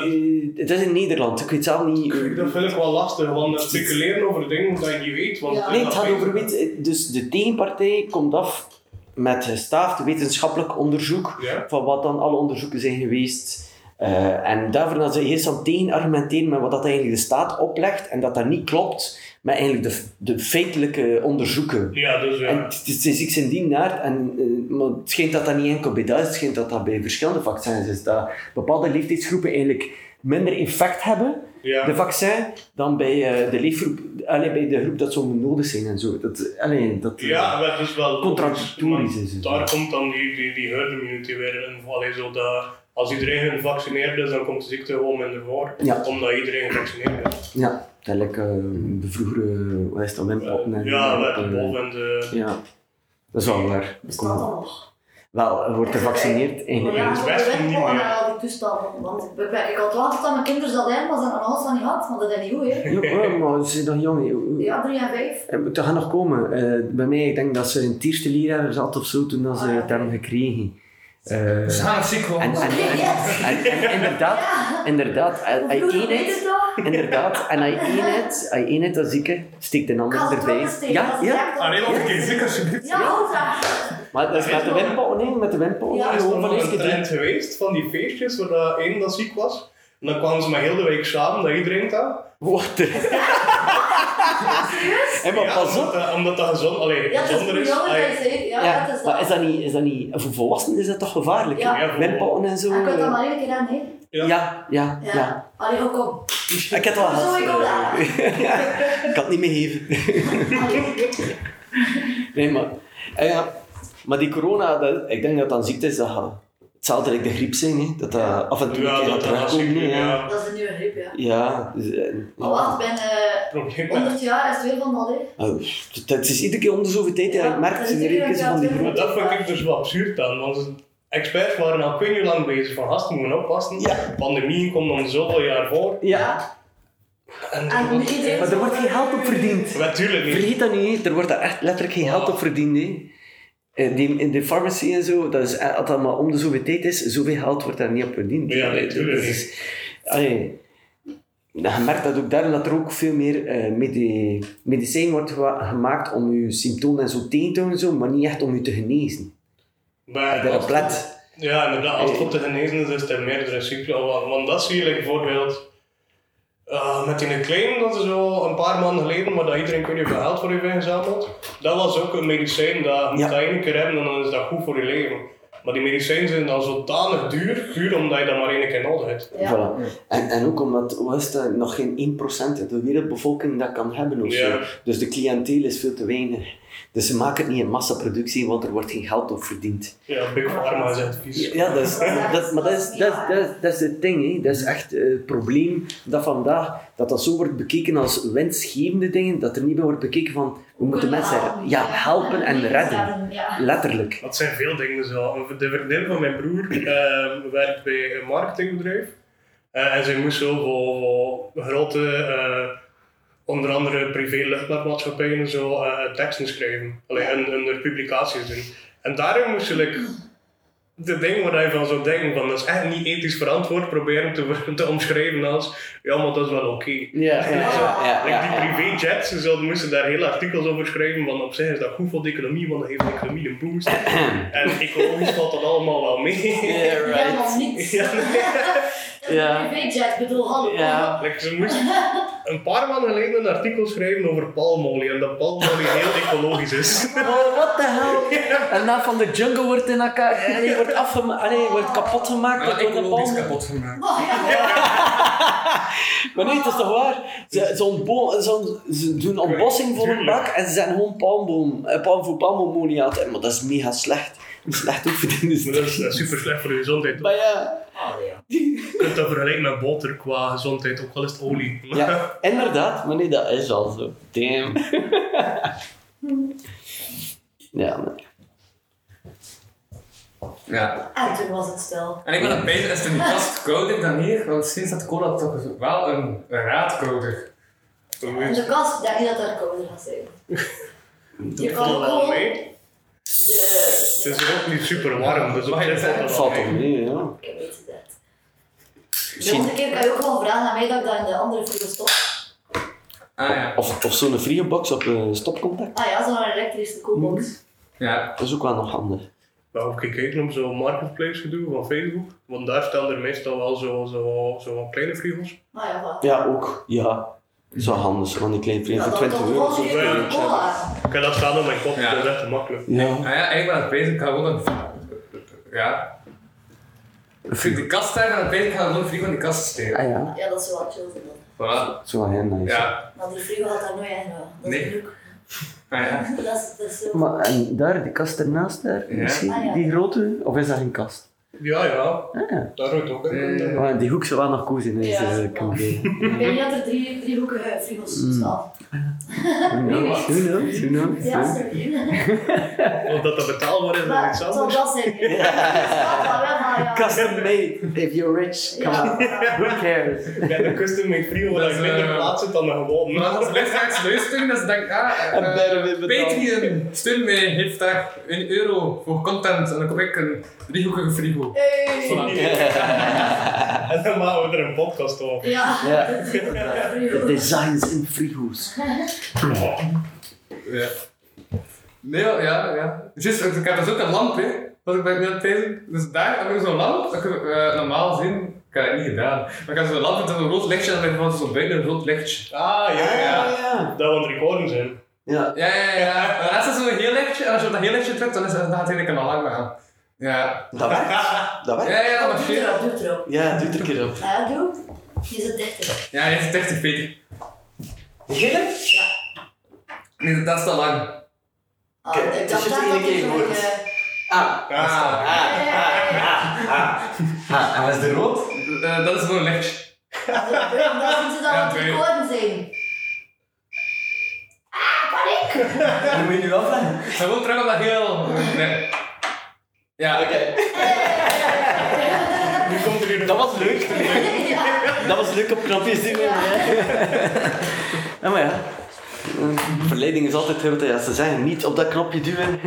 S3: Eh, het is in Nederland, ik weet zelf niet... eh,
S4: Dat vind ik wel lastig, want dat speculeren over dingen dat je niet weet. Want
S5: Ja.
S3: Nee, het gaat over wit. Dus de tegenpartij komt af met gestaafd wetenschappelijk onderzoek
S4: Ja.
S3: van wat dan alle onderzoeken zijn geweest. Eh, en daarvoor dat ze eerst aan tegenargumenteren met wat dat eigenlijk de staat oplegt en dat dat niet klopt met eigenlijk de, de feitelijke onderzoeken.
S4: Ja, dus ja.
S3: En het het is iets in die naart, en, eh, maar het schijnt dat dat niet enkel bij dat is, het schijnt dat dat bij verschillende vaccins is. Dat bepaalde leeftijdsgroepen eigenlijk minder effect hebben
S4: ja.
S3: de vaccin dan bij eh, de leefgroep, allee, bij de groep dat zo moet nodig zijn en zo. Dat, allee, dat, eh,
S4: ja, maar het is wel...
S3: Contradictorisch is het.
S4: Daar komt dan die, die, die herd immunity weer in. Allee, zo dat, als iedereen gevaccineerd is, dan komt de ziekte gewoon minder voor.
S3: Ja.
S4: Omdat iedereen gevaccineerd is.
S3: ja. Dat lijkt eh, de vroegere, wat is dat, wimpotten en
S4: ja,
S3: dat,
S4: met de
S3: eh,
S4: boven en de...
S3: Ja, dat is wel waar.
S5: Bestaat dat nog?
S3: Wel, er wordt gevaccineerd
S5: Maar ja,
S3: eigenlijk.
S5: ik
S4: Westen niet
S5: gewoon
S4: meer.
S5: naar al die toestanden. Want ik, ik, ik had laatst aan mijn kinderen dat heen was en aan alles van die had, maar dat is niet goed, hè.
S3: Ja, oh, maar ze zijn nog jong. eh,
S5: Ja, drie en vijf.
S3: eh, Dat gaat nog komen. Eh, bij mij, ik denk dat ze een tierste leraar zat of zo toen dat ze
S5: Ah, ja. Oh,
S3: het hebben gekregen. Eh,
S2: Dus ze gaan het ziek worden.
S3: en, en, en, en- en inderdaad, inderdaad,
S5: Hoe
S3: I, I
S5: vroeger
S3: get
S5: weet
S3: it.
S5: het nog?
S3: Inderdaad, en hij één het, hij één het, dat zieke, steekt een
S5: Ik had
S3: ander
S5: het wel
S3: erbij.
S5: gestegen, dat
S3: Ja,
S5: is
S3: ja,
S5: echt al-
S2: Alleen nog een keer ziek alsjeblieft.
S5: Ja, dat.
S3: maar dat is met de wimpel, nee, met de wimpel.
S5: Ja,
S3: Ja,
S4: Er is
S3: gewoon
S4: nog
S3: van eens
S4: een
S3: gedaan.
S4: trend geweest van die feestjes waar dat één dat ziek was. En dan kwamen ze maar heel de week samen, dat iedereen dat.
S3: Wat de... Hé, maar
S4: Ja,
S3: pas
S4: omdat
S3: op.
S4: dat- Omdat dat gezond, allee,
S5: Ja, dat is
S4: gezonder
S5: voor
S4: is.
S5: jou, dat
S4: Allee,
S5: is, hè. Ja, dat
S3: Ja,
S5: is
S3: maar
S5: dat.
S3: is dat niet, is dat niet, voor volwassenen is dat toch gevaarlijk?
S5: Ja.
S3: hè? Wimpelpotten en zo.
S5: Ik kan dat
S3: eh,
S5: maar één keer aan, hè.
S4: Ja.
S3: Ja, ja,
S5: Ja.
S3: ja.
S5: Allee, ook kom.
S3: Ik heb het wel
S5: Zo,
S3: gehad.
S5: ik ook daar.
S3: Ik kan het niet meegeven. Nee, maar... eh, ja. Maar die corona, dat, ik denk dat dat een ziekte is dat... gaat- Hetzelfde als de griep zijn, hè. dat dat af en toe een
S4: Ja,
S3: keer gaat
S4: dat dat was
S3: terugkomen.
S4: ziek.
S3: hè, Ja.
S4: Ja,
S5: Dat is een nieuwe griep, ja.
S3: Ja, dus, eh,
S5: Maar wacht, ben eh,
S4: probleem.
S5: 100 jaar is het weer van dat, hè.
S3: Oh, het- het is iedere keer om de zoveel tijd, ja,
S5: Ja,
S3: ik merk het
S5: dat is
S3: iedere keer
S5: iedere
S3: zo
S5: keer
S3: van die
S5: dat
S3: groep.
S4: Maar dat vind ik dus wel absurd dan, want experts waren al kun je lang bezig van gasten moeten oppassen.
S3: Ja.
S4: Pandemieën komt om zoveel jaar voor.
S3: Ja,
S4: En
S5: En dan moet iedereen...
S3: maar er wordt geen geld op verdiend.
S4: natuurlijk niet.
S3: Vergeet dat niet, hè. er wordt daar echt letterlijk geen geld op verdiend. hè. Eh, Die, in de pharmacy en zo, dat is, eh, als dat maar om de zoveel tijd is, zoveel geld wordt daar niet op verdiend.
S4: Ja,
S3: Allee,
S4: natuurlijk
S3: dat is- allee, je merkt dat ook daarom dat er ook veel meer eh, medi- medicijn wordt gewa- gemaakt om je symptomen en zo tegen te houden, en zo, maar niet echt om je te genezen.
S4: Maar
S3: Dat
S4: als-
S3: is plat.
S4: Ja, inderdaad. Als het op te genezen is, is het een meerdere cyclus. Want, want dat zie je like, bijvoorbeeld eh, met die claim, dat is al een paar maanden geleden, maar dat iedereen kun je verhaald voor je ingezameld. Dat was ook een medicijn dat je moet
S3: Ja.
S4: dat één keer hebben en dan is dat goed voor je leven. Maar die medicijnen zijn dan zodanig duur, puur omdat je dat maar één keer nodig hebt.
S5: Ja.
S3: Voilà. En, en ook omdat wat is dat, nog geen 1% uit de wereldbevolking dat kan hebben of zo.
S4: Ja.
S3: Dus de cliënteel is veel te weinig. Dus ze maken het niet in massaproductie, want er wordt geen geld op verdiend.
S4: Ja, Big Pharma is echt vies.
S3: Ja, dat is, dat, maar dat is, dat, is- dat, is- dat is het ding. Hè. Dat is echt eh, het probleem dat vandaag dat dat zo wordt bekeken als winstgevende dingen, dat er niet meer wordt bekeken van we moeten mensen ja, helpen en redden.
S5: Ja.
S3: Letterlijk.
S4: Dat zijn veel dingen zo. Een- De vriendin van mijn broer ehm, werkt bij een marketingbedrijf. Eh, en zij moest zo voor, voor grote, eh, onder andere privé-luchtvaartmaatschappijen, en zo eh, teksten schrijven. Allee, en, en er publicaties doen. En daarin moest je like, de dingen waar je van zou denken, van, dat is echt niet ethisch verantwoord, proberen te, te omschrijven als ja, maar dat is wel oké.
S3: Ja, ja, ja. ja,
S4: Like die privéjets, ze zouden- moesten daar hele artikels over schrijven, want op zich is dat goed voor de economie, want dat geeft de economie een boost. en ecologisch valt dat allemaal wel mee.
S3: Yeah,
S5: Helemaal niets.
S4: Ja.
S3: Ja.
S5: Ja. privéjet, bedoel, hallo.
S3: Ja.
S4: Like, ze moesten een paar maanden geleden een artikel schrijven over palmolie, en dat palmolie heel ecologisch is.
S3: Oh, what the hell? En na van de jungle wordt in elkaar... Allee, wordt, afgema- allee, wordt kapot gemaakt
S2: Maar
S3: door de
S2: ecologisch
S3: boom.
S2: kapot gemaakt.
S5: Oh, ja.
S3: Maar nee, het is toch waar? Ze, ze, ontbo- ze, ont- ze doen ontbossing voor een bak en ze zijn gewoon palmboom, eh, palm voor palmboommolie aan het- Maar dat is mega slecht. Slecht dus- ook verdienen
S4: Maar dat is, dat is super slecht voor de gezondheid.
S3: Maar ja,
S4: Je kunt dat vergelijken met boter qua gezondheid, ook al is het olie.
S3: ja, inderdaad. Maar nee, dat is al zo. Damn. Ja, nee.
S2: Ja.
S5: En toen was het stil.
S2: En ik ben het beter is het niet vast kouder dan hier, want sinds dat cola toch wel een raadkouder.
S5: In de kast denk je dat er kouder gaat zijn. Je kan ook
S4: wel
S5: gewoon
S4: mee.
S5: de...
S4: Het is ook niet super warm, dus op
S2: Mag je
S4: zich
S2: dat
S4: valt
S2: zeggen?
S4: dat wel
S3: valt
S4: mee.
S3: toch mee, ja.
S5: Ik weet het net. De
S3: Misschien-
S5: volgende keer kan je ook gewoon vragen aan mij dat ik dat in de andere video stop.
S2: Ah ja.
S3: Of, of zo'n frigobox op een stopcontact.
S5: Ah ja, zo'n elektrische koelbox.
S2: Ja.
S3: Dat is ook wel nog handig.
S4: Nou, heb ik gekeken op zo'n marketplace gedoe van Facebook. Want daar staan er meestal wel zo'n zo, zo kleine frigo's.
S5: Ah ja, voilà.
S3: Ja, ook. Ja. Zo handig, want die kleine vriend
S5: Ja,
S3: voor
S5: dan
S3: 20
S5: toch
S3: euro.
S5: gewoon
S4: zo
S5: een
S4: weinig.
S5: cola.
S4: Ik heb dat staan op mijn kop,
S2: Ja.
S4: dat is echt te makkelijk.
S2: Ah
S3: Ja.
S2: ja, eigenlijk ben ik bezig. Ik ga gewoon een... Ja. Vind de kast daar en bezig. Ik ga gewoon vliegen in de kast steken.
S3: Ah ja,
S5: Ja, dat is wel chill. vind ik.
S2: Voilà.
S3: dat is wel heel nice.
S2: Ja.
S5: Maar die frigo had daar nooit in. hoor. Dat is
S2: Nee.
S5: leuk.
S2: Ah ja.
S5: Dat is, dat is zo.
S3: Maar en daar, die kast ernaast daar,
S2: Ja.
S3: misschien
S5: Ah, ja.
S3: die grote, of is dat geen kast?
S4: Ja, ja,
S3: Ah, ja.
S4: daar hoort ook in.
S2: Eh,
S3: Maar die hoek zou wel nog koos in
S5: Ja,
S3: deze
S5: dat
S3: campagne.
S5: Ik weet niet dat er drie, drie hoekige frigo's staan.
S3: Who knows? Who knows? Who knows?
S5: Ja, sorry.
S4: Of dat dat betaalbaar is, dat
S5: Maar
S4: is
S5: het
S4: iets
S5: zal
S4: anders.
S5: dat zijn. Ja, ja, ja.
S3: Custom made, if you're rich, come
S5: Ja.
S3: on. Who cares?
S4: Ik heb een custom made frigo waar
S2: Dat
S4: ik
S2: is,
S4: minder
S2: eh,
S4: plaats zit dan een gewone.
S2: Maar als luisteraars luisteren, dan denk ik, ah,
S3: En daar weer
S2: eh,
S3: betaald.
S2: Patreon, steun mij, heeft daar een euro voor content en dan kom ik een driehoekige frigo.
S5: Hey.
S2: Voilà.
S4: En dan maken we er een podcast over.
S5: Ja.
S3: Ja.
S5: frigo.
S3: Designs in frigo's.
S2: Ja. Nee, wel, ja, ja. Just, ik heb dus ook een lamp, hè. Dat ik bij net bezig. Dus daar heb ik zo'n lamp. Dat ik, eh, normaal gezien, ik heb dat niet gedaan. Maar ik heb zo'n lamp met zo'n rood lichtje en dan heb ik gewoon zo'n buiten een rood lichtje.
S4: Ah, ja, ja.
S3: ja.
S4: Dat we aan het recorden zijn.
S3: Ja.
S2: Ja, ja, ja. Maar Daarnaast is zo'n heel lichtje en als je op dat heel lichtje drukt, dan is dat natuurlijk een alarm aan. Ja.
S3: Dat werkt. Dat werkt.
S2: Ja, ja, dat
S5: Doe het
S2: marcheert.
S5: erop, doe het erop.
S3: Ja, doe het een keer op.
S5: Ja, doe. Je zit dichter.
S2: Ja, je zit echt te Peter.
S3: Gillen?
S5: Ja.
S2: Nee, dat is te lang.
S5: Ah,
S3: Kijk,
S5: ik
S3: het
S5: dacht
S3: zit
S5: dat
S3: in
S5: dat
S3: je
S5: je
S3: keyboard.
S5: zo'n, eh,
S3: Ah.
S2: Ah.
S3: Ah, en was de rood?
S2: Eh, dat is gewoon een lichtje.
S5: Dat moeten
S2: Ja,
S5: dan aan het
S2: twee.
S5: recorden zijn. Ah, paniek!
S3: Dat moet je nu afleggen.
S2: Ik ga gewoon terug op dat heel... Nee. Ja,
S3: Oké.
S4: Nu komt er hier een
S3: Dat was leuk.
S5: Ja.
S3: Dat was leuk op knopjes duwen. Ja, maar ja. Eh, Verleiding is altijd heel ja, ze zeggen niet op dat knopje duwen.
S2: ik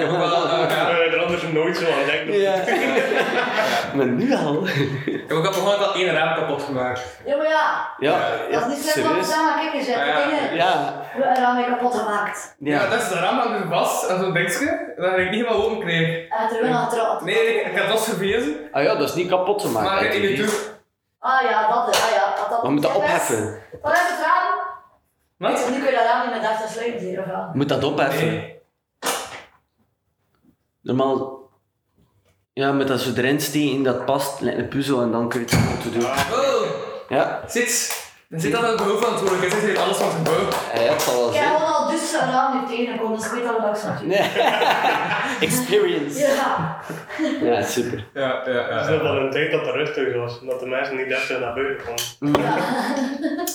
S2: heb ook wel... eh, ja.
S4: We er anders nooit zo aan denken.
S3: ja. Maar nu al.
S2: Ik heb ook al begonnen al één raam kapot gemaakt.
S5: Ja, maar ja.
S3: Ja,
S5: Dat is
S3: ja
S5: niet slecht om te
S3: serieus.
S5: zeggen, kijk eens, je hebt
S2: Ja,
S5: de dingen
S3: Ja,
S5: ramen kapot gemaakt.
S2: Ja,
S3: ja.
S2: dat is de raam dat ik vast en zo'n dingetje dat ik niet helemaal open kreeg.
S5: En het er wel aan getrapt.
S2: Nee, ik, ik had losgewezen,
S3: Ah ja, dat is niet kapot te maken.
S2: maar ik heb niet
S3: hè.
S2: toe.
S5: Ah ja, dat is. Ah ja, dat, dat
S3: We moeten dat
S5: Ja,
S3: opheffen.
S5: best. Wat heb je gedaan?
S2: Wat?
S5: Nu kun je dat raam niet meer dicht sluiten, hier of wel?
S3: Moet dat opheffen.
S2: Nee.
S3: Normaal Ja, met dat zo erin steken, dat past, lijkt een puzzel en dan kun je het goed te doen.
S2: Oh,
S3: Ja,
S2: zit. Dan zit dat aan het bureau verantwoordelijk. Hij zit hier alles van zijn bureau.
S3: ja dat zal wel
S5: Ik heb
S3: zijn.
S5: al dus raam nu tegengekomen, dus ik weet al dat ik snap.
S3: Nee. Experience.
S5: Ja,
S3: Ja, super.
S2: Ja, ja,
S4: Het is nog wel een tijd dat er rustig was, dat de mensen niet echt naar buiten konden.
S5: ja.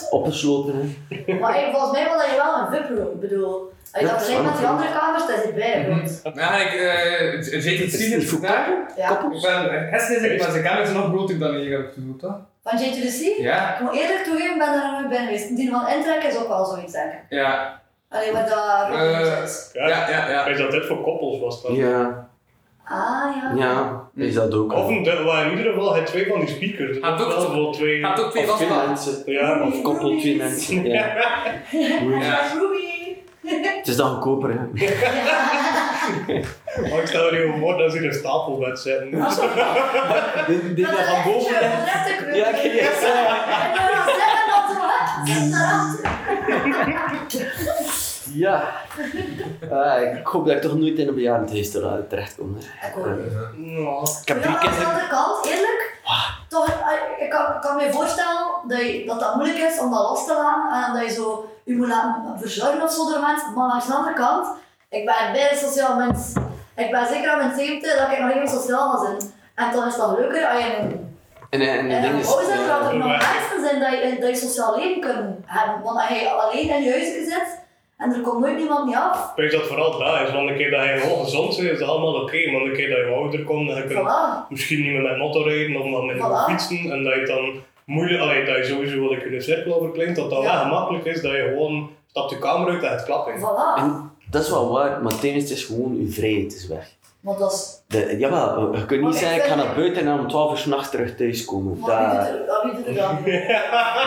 S3: Opgesloten, hè.
S5: Maar hey, volgens mij wil dat je wel een VIP room. Ik bedoel, als je
S3: Ja,
S5: dat vergelijkt met die andere kamers, dat is het bij groot.
S2: Ja, ik eh, j- JT
S3: Is het
S2: Stevens
S3: niet voor
S2: daar.
S5: Ja.
S2: Ik ben gisteren zeg ik, maar zijn kamer is nog groter dan hier heb ik gevoeld, hè?
S5: Van J2C?
S2: Ja,
S5: Ik moet eerlijk toegeven, ik ben daar nog nooit bij geweest. Die van Intrek is ook wel zoiets, denk ik.
S2: ja,
S5: Allee, wat dat...
S2: Eh. ja, ja, ja.
S4: Ik weet dat dit voor koppels was dan.
S3: Ja,
S5: Ah, ja.
S3: ja, is dat ook.
S4: Of
S3: Of
S4: een, er waren in ieder geval het twee van die speakers. Dus
S2: Had
S4: dat
S2: ook
S4: was
S2: zo-
S4: wel twee.
S2: Gaat ook twee
S3: twee
S2: vastpakken.
S3: mensen.
S4: Ja,
S3: Of koppel twee mensen. Ja.
S2: Ja.
S5: Ruby!
S3: Het is dan goedkoper, hè.
S4: maar ik stel je voor dat ze in een stapelbed zitten.
S3: Die, die daar van boven. hè. Ja, ik ging het zeggen. Ja. Ah, ik hoop dat ik toch nooit in een bejaardentehuis terechtkom. Hè.
S4: Nou,
S3: Ik heb drie
S5: Ja, aan de
S3: kinderen.
S5: andere kant, eerlijk. Toch, eh, ik kan, kan me voorstellen dat, je, dat dat moeilijk is om dat los te laten en dat je zo je moet laten verzorgen of zo door mensen. Maar aan de andere kant, ik ben bij een sociaal mens. Ik ben zeker aan mijn 70 dat ik nog even sociaal ga zijn. En dan is dat leuker als je in een-
S3: En, eh, en,
S5: in
S3: en ding
S5: een
S3: is...
S5: huis zit waar
S3: eh,
S5: er nog
S4: maar-
S5: mensen zijn dat je, dat je sociaal leven kunt hebben. Want als je alleen in je huisje zit en er komt nooit niemand niet af,
S4: ik weet dat vooral daar is, want een keer dat je gewoon gezond bent, is dat allemaal oké. Maar een keer dat je ouder komt, dan kun je
S5: voilà.
S4: misschien niet meer met motor rijden of maar met
S5: Voilà.
S4: fietsen. En dat je dan moeilijk, allee, dat je sowieso wel een keer een cirkel overklimt, dat dat
S5: Ja.
S4: wel gemakkelijk is dat je gewoon stapt je kamer uit en het klapt in.
S5: Voilà.
S3: En dat is wel waar, maar ten eerste is gewoon uw vrijheid is weg.
S5: Want dat is...
S3: De, jawel, eh, je kunt niet
S5: Maar Oh, ik
S3: zeggen ik ga
S5: vind-
S3: naar buiten en dan om 12 uur s'nachts terug thuis komen.
S5: Want wie doet
S3: Dat
S5: er- wie doet er dat?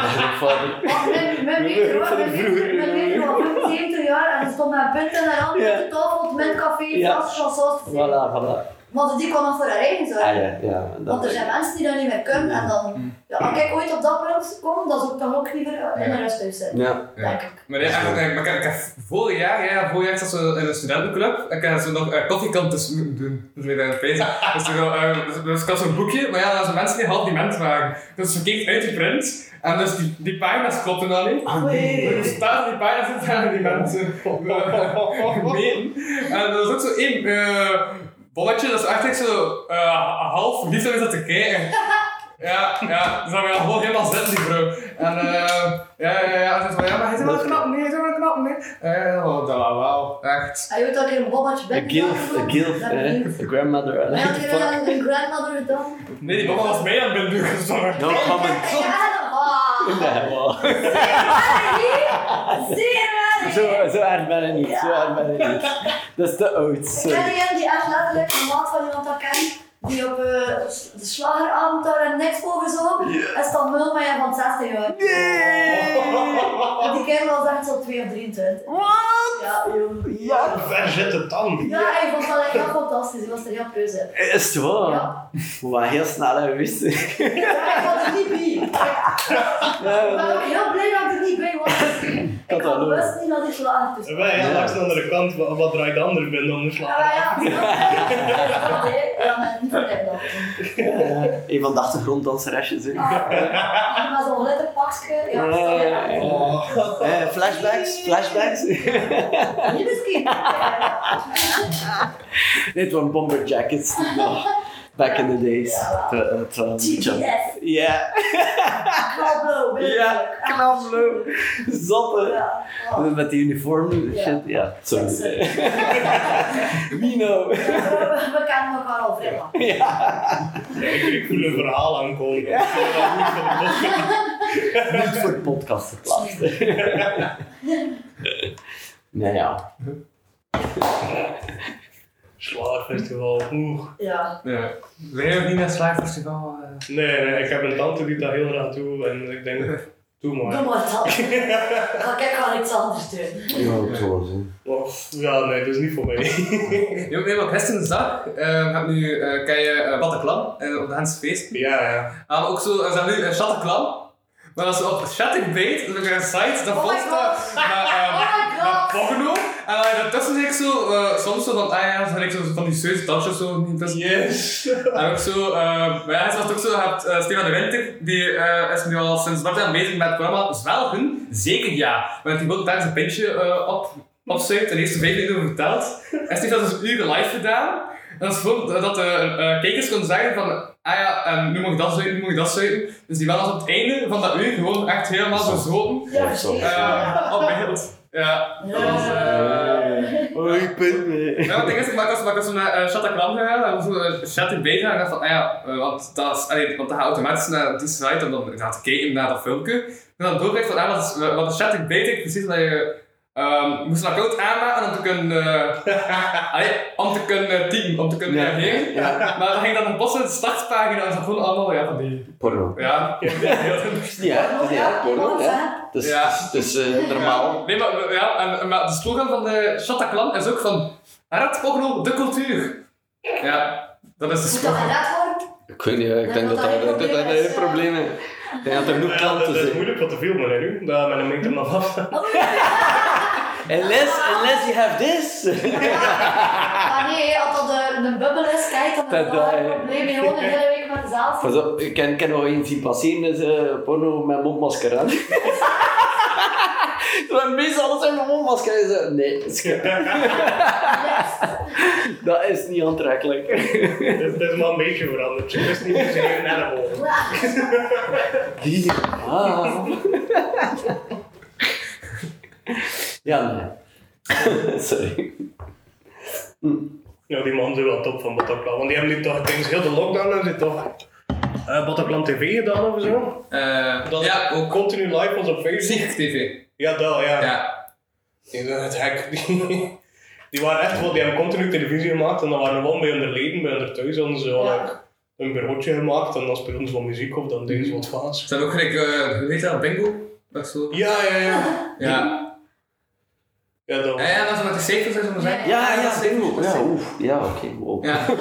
S3: dat is een vader.
S5: Want Mijn mijn meter was mijn meter- mijn meter was 75 jaar en ze stond met een punt en haar hand op
S3: Ja.
S5: de tafel, mijn café,
S3: Ja.
S5: ja. chansons.
S3: Voilà, voilà.
S5: Maar die kon nog voor haar eigen
S3: Ah,
S5: zorgen.
S3: ja, ja,
S5: Want er
S3: dat, Mm.
S5: zijn mensen die dat niet meer kunnen en dan, ja, als ik ooit op dat punt kom, dan zou ik dan ook liever eh, in
S2: Ja.
S5: een rusthuis zitten,
S3: ja.
S5: denk ik.
S2: Maar nee, eigenlijk, eh, maar ik, ik heb vorig jaar, ja, vorig jaar zat ze in een studentenclub. En ik had ze nog eh, koffiekantes moeten doen. Dat is weer aan het feest. Dus, ik had, eh, dus, dus ik had zo'n boekje, maar ja, dat zijn mensen die half dement waren. Dus verkeerd uitgeprint. En dus die, die pagina's klopten dan niet.
S5: Oei.
S2: Dus daar die pagina's staan die mensen gemeen. En er is ook zo één eh, bolletje, dat is eigenlijk zo eh, half lief is dat te kijken. Ja, ja, dus dan ben je gewoon helemaal zet, die vrouw. En eh, ja, ja, ja, ze is van, ja, maar hij is wel knap, nee, hij is wel knap, nee. Eh, oh, dat was wel, echt.
S5: Hij weet dat ik een bommetje ben.
S3: Een gilf, een gilf, hè. Een grandmother, I
S5: Hij
S3: like
S5: had
S3: the
S5: hier
S3: fuck.
S5: een, een grandmother gedaan.
S2: Nee, die mama was mij aan het doen gezorgd.
S3: No comment.
S5: Ja, ah.
S3: Nee, wow.
S5: Zie je wel, hè?
S3: Zo, zo erg ben ik niet, zo erg ben ik niet. Dat is te oud,
S5: Ik ken
S3: sorry.
S5: iemand die echt letterlijk een maat van iemand dat kent, die op eh, s- de slageravond daar een niks over zong, en stond nul met je van 16 jaar. En die kerel was echt zo 2 of 23.
S3: Wat?
S5: Ja, joh.
S3: Ja.
S4: Ver zit het dan?
S5: Ja, hij vond dat echt wel fantastisch, hij was er heel preus in.
S3: Is het waar?
S5: Ja.
S3: Wow, heel snel hè, wist ik.
S5: Ja, hij vond het niet bij. Ik ben ook heel blij dat ik er niet bij was.
S3: had
S5: Ik
S3: dat
S5: had
S3: nodig.
S5: bewust niet dat dus- ik slaag
S4: En
S5: tussen.
S4: wij ja,
S3: Ja.
S4: langs de andere kant, wa- wat draait de andere bent om de
S5: Ja, maar
S4: slag?
S5: ja, dat is het. Ja, maar niet van hem dan.
S3: Een van de achtergronddanseresjes. hè.
S5: Ah, Maar zo'n letter pakje, ja, dat is
S3: Ja, ja, ja. Eh, flashbacks, flashbacks.
S5: Niet misschien.
S3: Dit waren bomber jackets. die nog Back in the days. Het- het was-
S5: GPS.
S3: Ja,
S5: Kablo, weet
S3: ja,
S5: ik.
S3: knaplo. Zotte.
S5: Ja, oh.
S3: Met die uniform shit, ja.
S5: Ja,
S3: Sorry.
S5: sorry.
S3: Mino.
S5: We we kennen elkaar al vrij lang.
S4: Ik, ik voel een verhaal aankomen. Ik voel dat goed van de bocht.
S3: Niet voor de podcast geplaatst. Nou ja.
S4: Slagerfestival, oeh.
S5: Ja.
S2: Ja. We hebben niet naar het slaagfestival. eh.
S4: Nee, nee, ik heb een tante die dat heel graag doet en ik denk, doe
S5: Doe
S4: maar.
S5: maar dat. Ga kijk, ga niks anders doen.
S3: Ja, het was hè.
S4: Maar, Ja, nee, dat is niet voor mij.
S2: Jo, nee, maar gisteren zag, eh, had nu, eh, ken je eh, Bataclan eh, op de Hans Feest.
S4: Ja, ja.
S2: Ah, maar ook zo, er zijn nu een Chattenklam. Maar als ze op Chattenkbait, dat is ook een site, dat
S5: Oh my
S2: vol
S5: God.
S2: staat met,
S3: ehm,
S5: Oh my
S2: eh, met
S5: God.
S2: pogno. En daartussen zeg ik zo, eh, soms zo van, ah ja, dan heb ik zo van die seuze tasjes zo niet tussen.
S4: Yes.
S2: En ook zo, eh maar ja, zoals het ook zo, je hebt eh, Stefan de Winter, die eh, is nu al sinds wat jaar bezig met het programma Zwelgen. Zeker ja. Want die wil daar eens een pintje eh op, opzuigt en heeft er vijf minuten over verteld. En Stefan heeft dat dus uren live gedaan. En dat is gewoon dat de eh, kijkers konden zeggen van, ah ja, ehm, nu mag ik dat zuipen, nu mag ik dat zuipen. Dus die waren als op het einde van dat uur gewoon echt helemaal zo zoten.
S5: Ja,
S6: Of zo.
S5: precies.
S2: Eh, op beeld. Ja. Dat was, eh,
S3: Oh, ik ben...
S2: ja, want ik is, ik maak als, maak als we naar eh, Chateau Klam gegaan, dan moeten we Chat in Beta en ik dacht van, ah ja, eh, want dat is, allee, want dan ga je automatisch naar die site en dan gaat kijken naar dat filmpje. En dan doorkrijg van, ah, wat is, wat is Chat in Beta? Precies dat je ehm, moest een account aanmaken om te kunnen, eh, allee, om te kunnen eh, teamen, om te kunnen
S3: Ja.
S2: reageren. Maar dan ging dan een bossen startpagina en dat gewoon allemaal, ja, van die,
S3: Porno.
S2: ja.
S3: Ja, dat is ja, porno, ja. Dat is,
S2: Ja.
S3: dat is eh, normaal.
S2: Nee, maar, ja, en, maar de slogan van de Chateau Klam is ook van, red Pogno de cultuur. Ja, dat is de
S5: Moet dat
S2: slogan.
S5: gered worden?
S3: Ik weet niet, ik denk dat dat, dat, dat, dat een probleem is. Ik denk dat er genoeg
S4: Ja, dat
S3: klanten
S4: dat is
S3: zijn.
S4: moeilijk wat te filmen hè, nu. Dat met een minkje maar af.
S5: Oh, ja.
S3: Unless, unless you have this.
S5: Maar Ah, nee, als dat een, een bubbel is, kijk, dan
S3: Dat-
S5: heb je wel
S3: dat-
S5: een probleem. Gewoon de hele week met mezelf.
S3: Pas op, ik ken, ken wel één zien passeren, is eh, porno met mondmasker aan. Want meestal alles met mondmasker aan. Is, eh, nee, skip. dat is niet aantrekkelijk.
S4: Het is maar een beetje veranderd. Het is niet meer zo'n heel animal.
S3: Die. Ah. ja, nee. Sorry.
S4: Ja, die man zijn wel top van Bataclan. Want die hebben nu toch tijdens heel de lockdown hebben ze toch eh Bataclan TV gedaan of zo.
S2: Eh,
S4: Dat
S2: ja, ook
S4: continu live was op Facebook.
S2: Ziek TV.
S4: Ja, dat, ja.
S2: Ja.
S4: Die doen het hek. Die, die waren echt wel, die hebben continu televisie gemaakt en dan waren we gewoon bij hun leden, bij hun thuis en zo.
S5: Ja.
S4: like, een bureautje gemaakt en dan speelden ze wat muziek of dan deden ze wat vaas.
S2: Ze hebben ook gelijk, eh, hoe heet dat, bingo? Dat is zo.
S4: Ja, ja, ja.
S2: Ja.
S4: Ja, dat
S2: Ja, ja, dat is met de cijfers en zo. zijn.
S3: Ja, ja, bingo. Ja, oef. Ja, oké. wow.
S2: Ja.
S5: Dat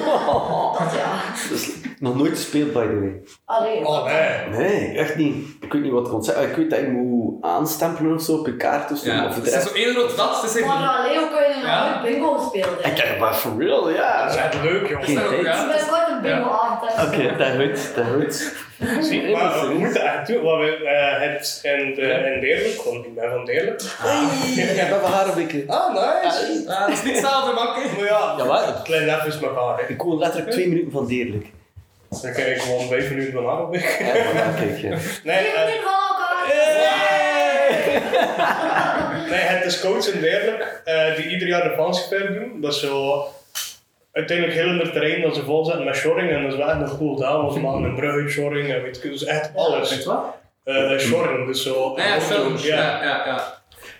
S5: ja.
S3: Dat is nog nooit gespeeld, by the way.
S5: Allee.
S4: Oh, nee.
S3: Nee, echt niet. Ik weet niet wat het concept is. Ah, Ik weet dat je moet aanstempelen of zo op je kaart of zo.
S2: Ja. Het
S3: Of het
S2: is
S3: rest.
S2: zo één rood dat, het is echt...
S5: Maar alleen hoe kun je
S2: Ja.
S5: nou een bingo spelen?
S3: Ik heb maar for real,
S4: Dat is
S3: ja.
S4: echt leuk,
S2: is
S4: jongen.
S2: daar ook,
S5: Ik
S2: ja.
S5: ben kort Dus een bingo avond.
S3: Oké, dat goed, dat goed.
S4: Zie, maar we moeten echt doen wat we eh, het en de en Deerlijk, want ik ben van Deerlijk.
S3: Hey, ik heb een harenbikken.
S4: Ah, nice.
S2: Ah, dat is niet hetzelfde, man.
S4: Maar ja,
S3: Ja, maar-
S4: klein lef is elkaar. hè.
S3: Ik woon letterlijk twee minuten van Deerlijk.
S4: Dan krijg ik gewoon vijf minuten van haar op. Nee,
S3: Ja, voilà, kijk. Ja.
S5: Jullie
S4: eh,
S5: doen van elkaar.
S4: nee, het is coach en Deerlijk eh, die ieder jaar de vakantiever doen. Dat is zo uiteindelijk heel in het terrein dat ze vol zetten met shoring. En dat is wel echt een cool dame, want ze maken een brug uit shoring en weet ik, dus echt alles.
S2: wat?
S4: Eh shoring, dus zo.
S2: Ja,
S3: Oh,
S2: ja, films.
S4: Ja.
S2: Ja, ja, ja.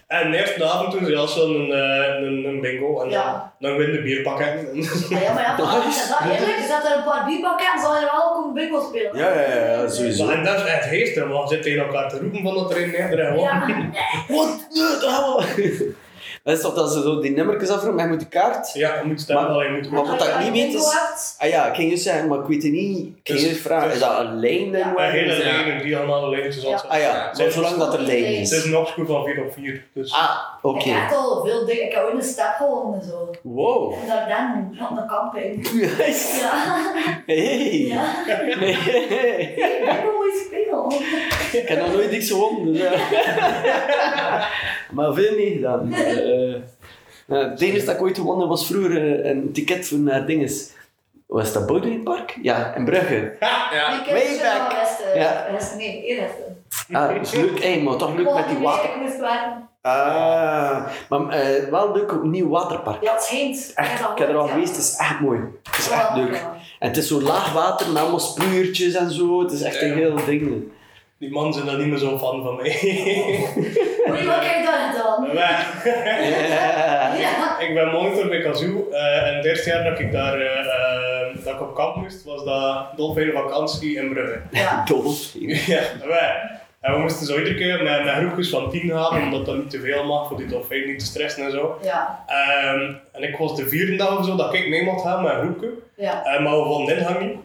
S4: En eerst de avond toen zelfs wel een, eh, een, een bingo. En
S5: Ja.
S4: dan, dan win de bierpakketten.
S5: Ah Ja, maar ja, maar is dat eerlijk? Je zet er een paar bierpakken en zal je wel ook een bingo spelen.
S3: Ja, ja, ja, sowieso.
S4: en dat is echt heerst, hè, want we zitten tegen elkaar te roepen van dat er een neerder en
S5: Ja.
S4: gewoon.
S3: Wat? Nee, dat gaan we- Dat is toch dat ze zo die nummertjes afroepen, maar je moet de kaart.
S4: Ja, je moet stemmen,
S3: Maar-
S4: alleen je moet
S3: maar-
S4: roepen.
S3: wat dat
S5: Als je
S3: niet
S5: een
S3: weet
S5: bingo
S3: is-
S5: hebt,
S3: Ah ja, ik ging je zeggen, maar ik weet het niet. Ik ging
S4: Dus-
S3: je vragen, is dat een lijn? dan
S4: Een
S3: wel?
S4: hele
S2: Ja.
S4: lijn, die allemaal lijntjes
S5: Ja.
S4: al
S3: Ah ja, maar zolang dat er lijn
S4: Het is
S3: is.
S4: een Dus- opschoen van 4 op 4. Dus
S3: Ah,
S5: Ik
S3: oké.
S5: heb echt al veel dingen. Ik heb ooit een stap gewonnen en zo.
S3: Wow.
S5: En daar dan op de camping.
S3: Juist.
S5: Ja,
S3: Hey.
S5: ja.
S3: Hey.
S5: Ik ben een mooi speel.
S3: Ik heb nog nooit niks gewonnen. Dus, ja. maar veel niet gedaan. Eh, eh, het enige dat ik ooit gewonnen was vroeger eh, een ticket voor naar dinges. Was dat Boudewijnpark? Ja, in Brugge.
S2: Ja.
S5: Ik heb dus, eh,
S3: Way
S5: het
S3: back. Ja.
S5: Ja. Resten, nee, eerresten.
S3: Ah, dat is leuk, hey, maar toch leuk met die water.
S5: Ik moest werken.
S3: Ah, maar eh, wel leuk op een nieuw waterpark.
S5: Ja, het schijnt.
S3: Echt, ik heb er al
S5: Ja.
S3: geweest, het is echt mooi. Het is echt leuk. En het is zo laag water met allemaal spuurtjes en zo. Het is echt een heel ding.
S4: die mannen zijn daar niet meer zo fan van mij.
S5: Hoe lang heb je dat gedaan?
S4: Maar-
S3: Ja.
S5: Ja.
S4: ik ben monitor bij Kazoo eh, en het eerste jaar dat ik daar eh, eh, dat ik op kamp moest, was dat dolfijnen vakantie in Brugge.
S5: Ja.
S3: Dolfijn.
S4: Ja, wij. En we moesten zo iedere keer met, met groepjes van 10 gaan, omdat dat niet te veel mag, voor die dolfijn niet te stressen en zo.
S5: Ja.
S4: Ehm, en ik was de vierde dag of zo dat ik mee mocht gaan met een groepje.
S5: Ja.
S4: Eh, maar we vonden ingang niet.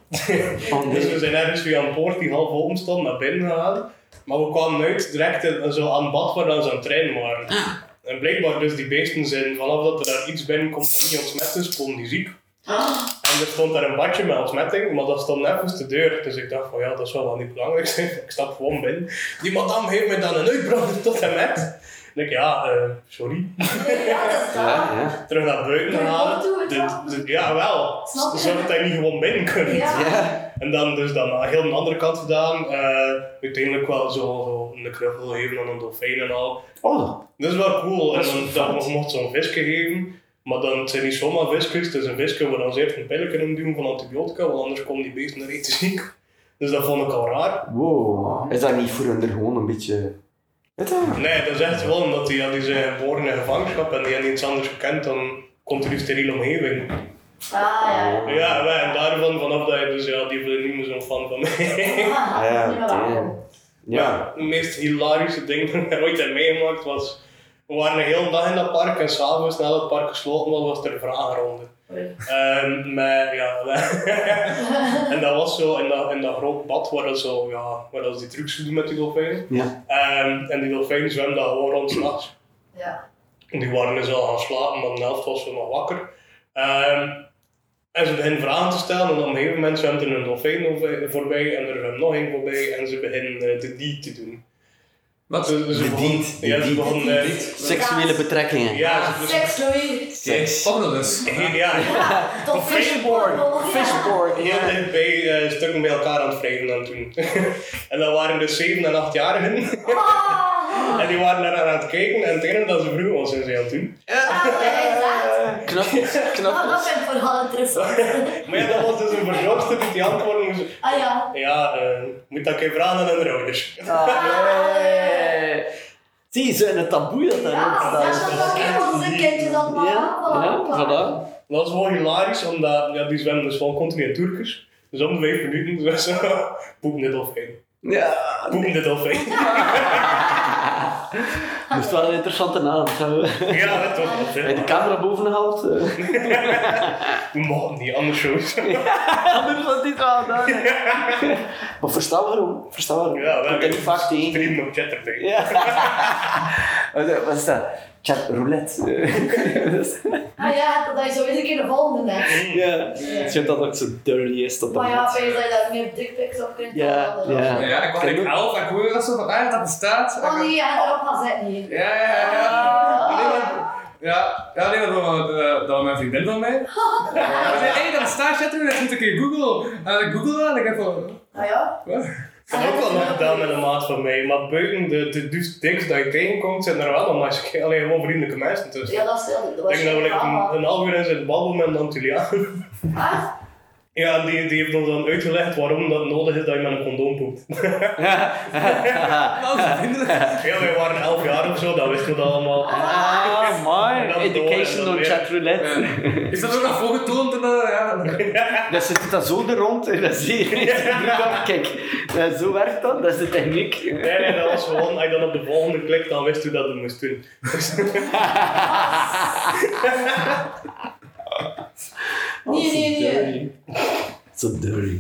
S3: Oh, nee.
S4: Dus we zijn ergens via een poort die half open stond naar binnen gegaan. Maar we kwamen uit direct in- zo aan het bad waar dan zo'n trein waren. En blijkbaar dus die beesten zijn, vanaf dat er daar iets binnenkomt dat niet ontsmet is, komen die ziek. En er stond daar een badje met ontsmetting, maar dat stond net de deur. Dus ik dacht van ja, dat zal wel niet belangrijk zijn. Ik stap gewoon binnen. Die madame heeft mij dan een uitbrander tot en met. En ik ja, eh, sorry.
S5: Ja, dat is
S3: Ja,
S5: dat.
S3: ja.
S4: Terug naar buiten
S5: Kun je
S4: halen.
S5: ook doen,
S4: De-
S5: toch?
S4: de- ja, wel.
S5: Snap je?
S4: Zodat hij niet gewoon binnen kunt.
S5: Ja.
S3: Ja,
S4: En dan dus dan aan heel de andere kant gedaan. eh, uiteindelijk wel zo, zo een knuffel geven aan een dolfijn en al.
S3: oh,
S4: Dat is wel cool. En
S3: Dat is
S4: dan,
S3: vet.
S4: dan mo- mocht zo'n visje geven. Maar dan het zijn niet zomaar visjes. Het is een visje waar dan ze eerst een pilletje in doen van antibiotica. Want anders komen die beesten er eten ziek. Dus dat vond ik al raar.
S3: wow. Is dat niet voor hun er gewoon een beetje... Weet je?
S4: Nee, dat is echt wel omdat die, ja, die zijn geboren in gevangenschap. En die hebben iets anders gekend dan continu steriele omgeving.
S5: Ah, ja.
S4: Ja, wij- en daarvan vanaf dat je dus ja, die willen niet meer zo'n fan van mij.
S5: Ah,
S3: Ja,
S5: niet meer welkom.
S3: Ja.
S4: Het meest hilarische ding dat ik ooit heb meegemaakt was... We waren een hele dag in dat park en s'avonds nadat het park gesloten was, was er een vragenronde.
S5: Oei.
S4: Ehm maar ja, en dat was zo in dat, in dat groot bad waar dat zo, ja, waar dat ze die trucs doen met die dolfijnen.
S3: Ja.
S4: Ehm, en die dolfijnen zwemmen daar gewoon rond s'nachts.
S5: Ja.
S4: Die waren dus al gaan slapen, maar de helft was zo nog wakker. Ehm, en ze beginnen vragen te stellen en op een gegeven moment zwemt er een dolfijn over- voorbij en er zwemt nog één voorbij en ze beginnen eh, de deed te doen.
S2: Wat? dus.
S4: Ze, ze
S3: De
S4: begonnen-
S3: deed, de
S4: Ja, ze
S3: deed.
S4: begonnen... eh,
S3: Seksuele betrekkingen.
S4: Ja, ze- dus-
S5: Ah, Seks, Louis.
S3: Seks.
S2: Ook nog eens.
S4: ja,
S5: Tot
S3: Fishborn. Fishborn.
S4: heel
S3: Ja.
S4: dichtbij eh, stukken bij elkaar aan het wrijven dan toen. en dat waren dus 7 en 8-jarigen. en die waren daar aan het kijken en het enige dat ze vroegen was, zijn ze aan het doen.
S3: Knuffels.
S5: Dat
S3: Knuffels.
S5: vind ik vooral interessant.
S4: Maar ja, dat was dus een verzorgster die die antwoorden moest...
S5: Ah ja.
S4: Ja, eh, moet dat een keer vragen aan de ouders.
S3: Allee. Ah, Zie, zo in het taboe dat daarop
S5: Ja, dat is
S3: staat.
S5: toch oké, onze kindjes dan maar.
S3: Ja, voilà.
S4: Dat is wel hilarisch, omdat ja, die zwemmen dus wel continu in Turkers. Dus om de vijf minuten was ze poep dit of heen.
S3: Ja.
S4: Poep dit of heen.
S3: Dat is wel een interessante naam. Zijn we
S4: Ja, dat was het.
S3: bij de
S4: hè.
S3: camera boven gehaald? eh?
S4: We mochten die anders shows.
S3: Anders was dit wel gedaan. hè. Maar versta waarom. Versta waarom.
S4: Ja,
S3: Komt er niet vaak tegen.
S4: Streamen op Chatterbay.
S3: Ja. Wat eh, wat is dat? Chat roulette. Eh, dat is-
S5: Ah ja, dat je zo iedere keer de volgende hebt.
S3: Ja. Ik vind dat ook zo dirty is. Dat
S5: Maar ja,
S3: dat-
S5: vind je dat je daar meer dickpics op kunt
S3: Ja,
S5: halen?
S3: ja.
S2: Ja, ik was ik elf en ik hoorde dat zo van, ah, dat bestaat. En
S5: Oh
S2: ik-
S5: nee, Oh. ja, daarop gaan zitten hier.
S2: Ja, ja, ja. ja. Nee, maar- Ja, ja, nee, dat was, eh, dat was mijn vriendin van mij.
S5: Oh.
S2: Ja, ze zei, hey, dat bestaat Chatterbay, dat moet ik in Google. En ik Google dat en ik heb van,
S5: Ah ja?
S2: wat?
S4: Ik heb ook wel nog gedaan met een maat van mij, maar buiten de, de duurste dikst dat je tegenkomt, zijn er wel nog maar alleen gewoon vriendelijke mensen tussen.
S5: Ja, dat is heel... Dat
S4: Ik
S5: was
S4: denk dat we
S5: je
S4: like
S5: verhaal.
S4: een, een half uur in zijn babbel met een Antilliaan.
S5: Ah,
S4: Ja, en die, die heeft ons dan uitgelegd waarom dat nodig is dat je met een condoom poept.
S2: Dat is vriendelijk.
S4: Ja, wij waren 11 jaar of zo, dat wisten we dat allemaal.
S3: Ah,
S4: En
S3: man.
S4: dan door en
S3: Education
S4: dan
S3: on
S4: weer.
S3: chat roulette.
S2: Ja. Is dat ook nog voorgetoond? En, eh, ja.
S3: Dat zit dat zo er rond en dat zie je niet. Kijk, eh, zo werkt dat, dat is de techniek.
S4: Nee, nee, dat was gewoon, als je dan op de volgende klikt, dan wist u dat je moest doen.
S5: Ah, nee, nee, nee.
S3: Zo dirty.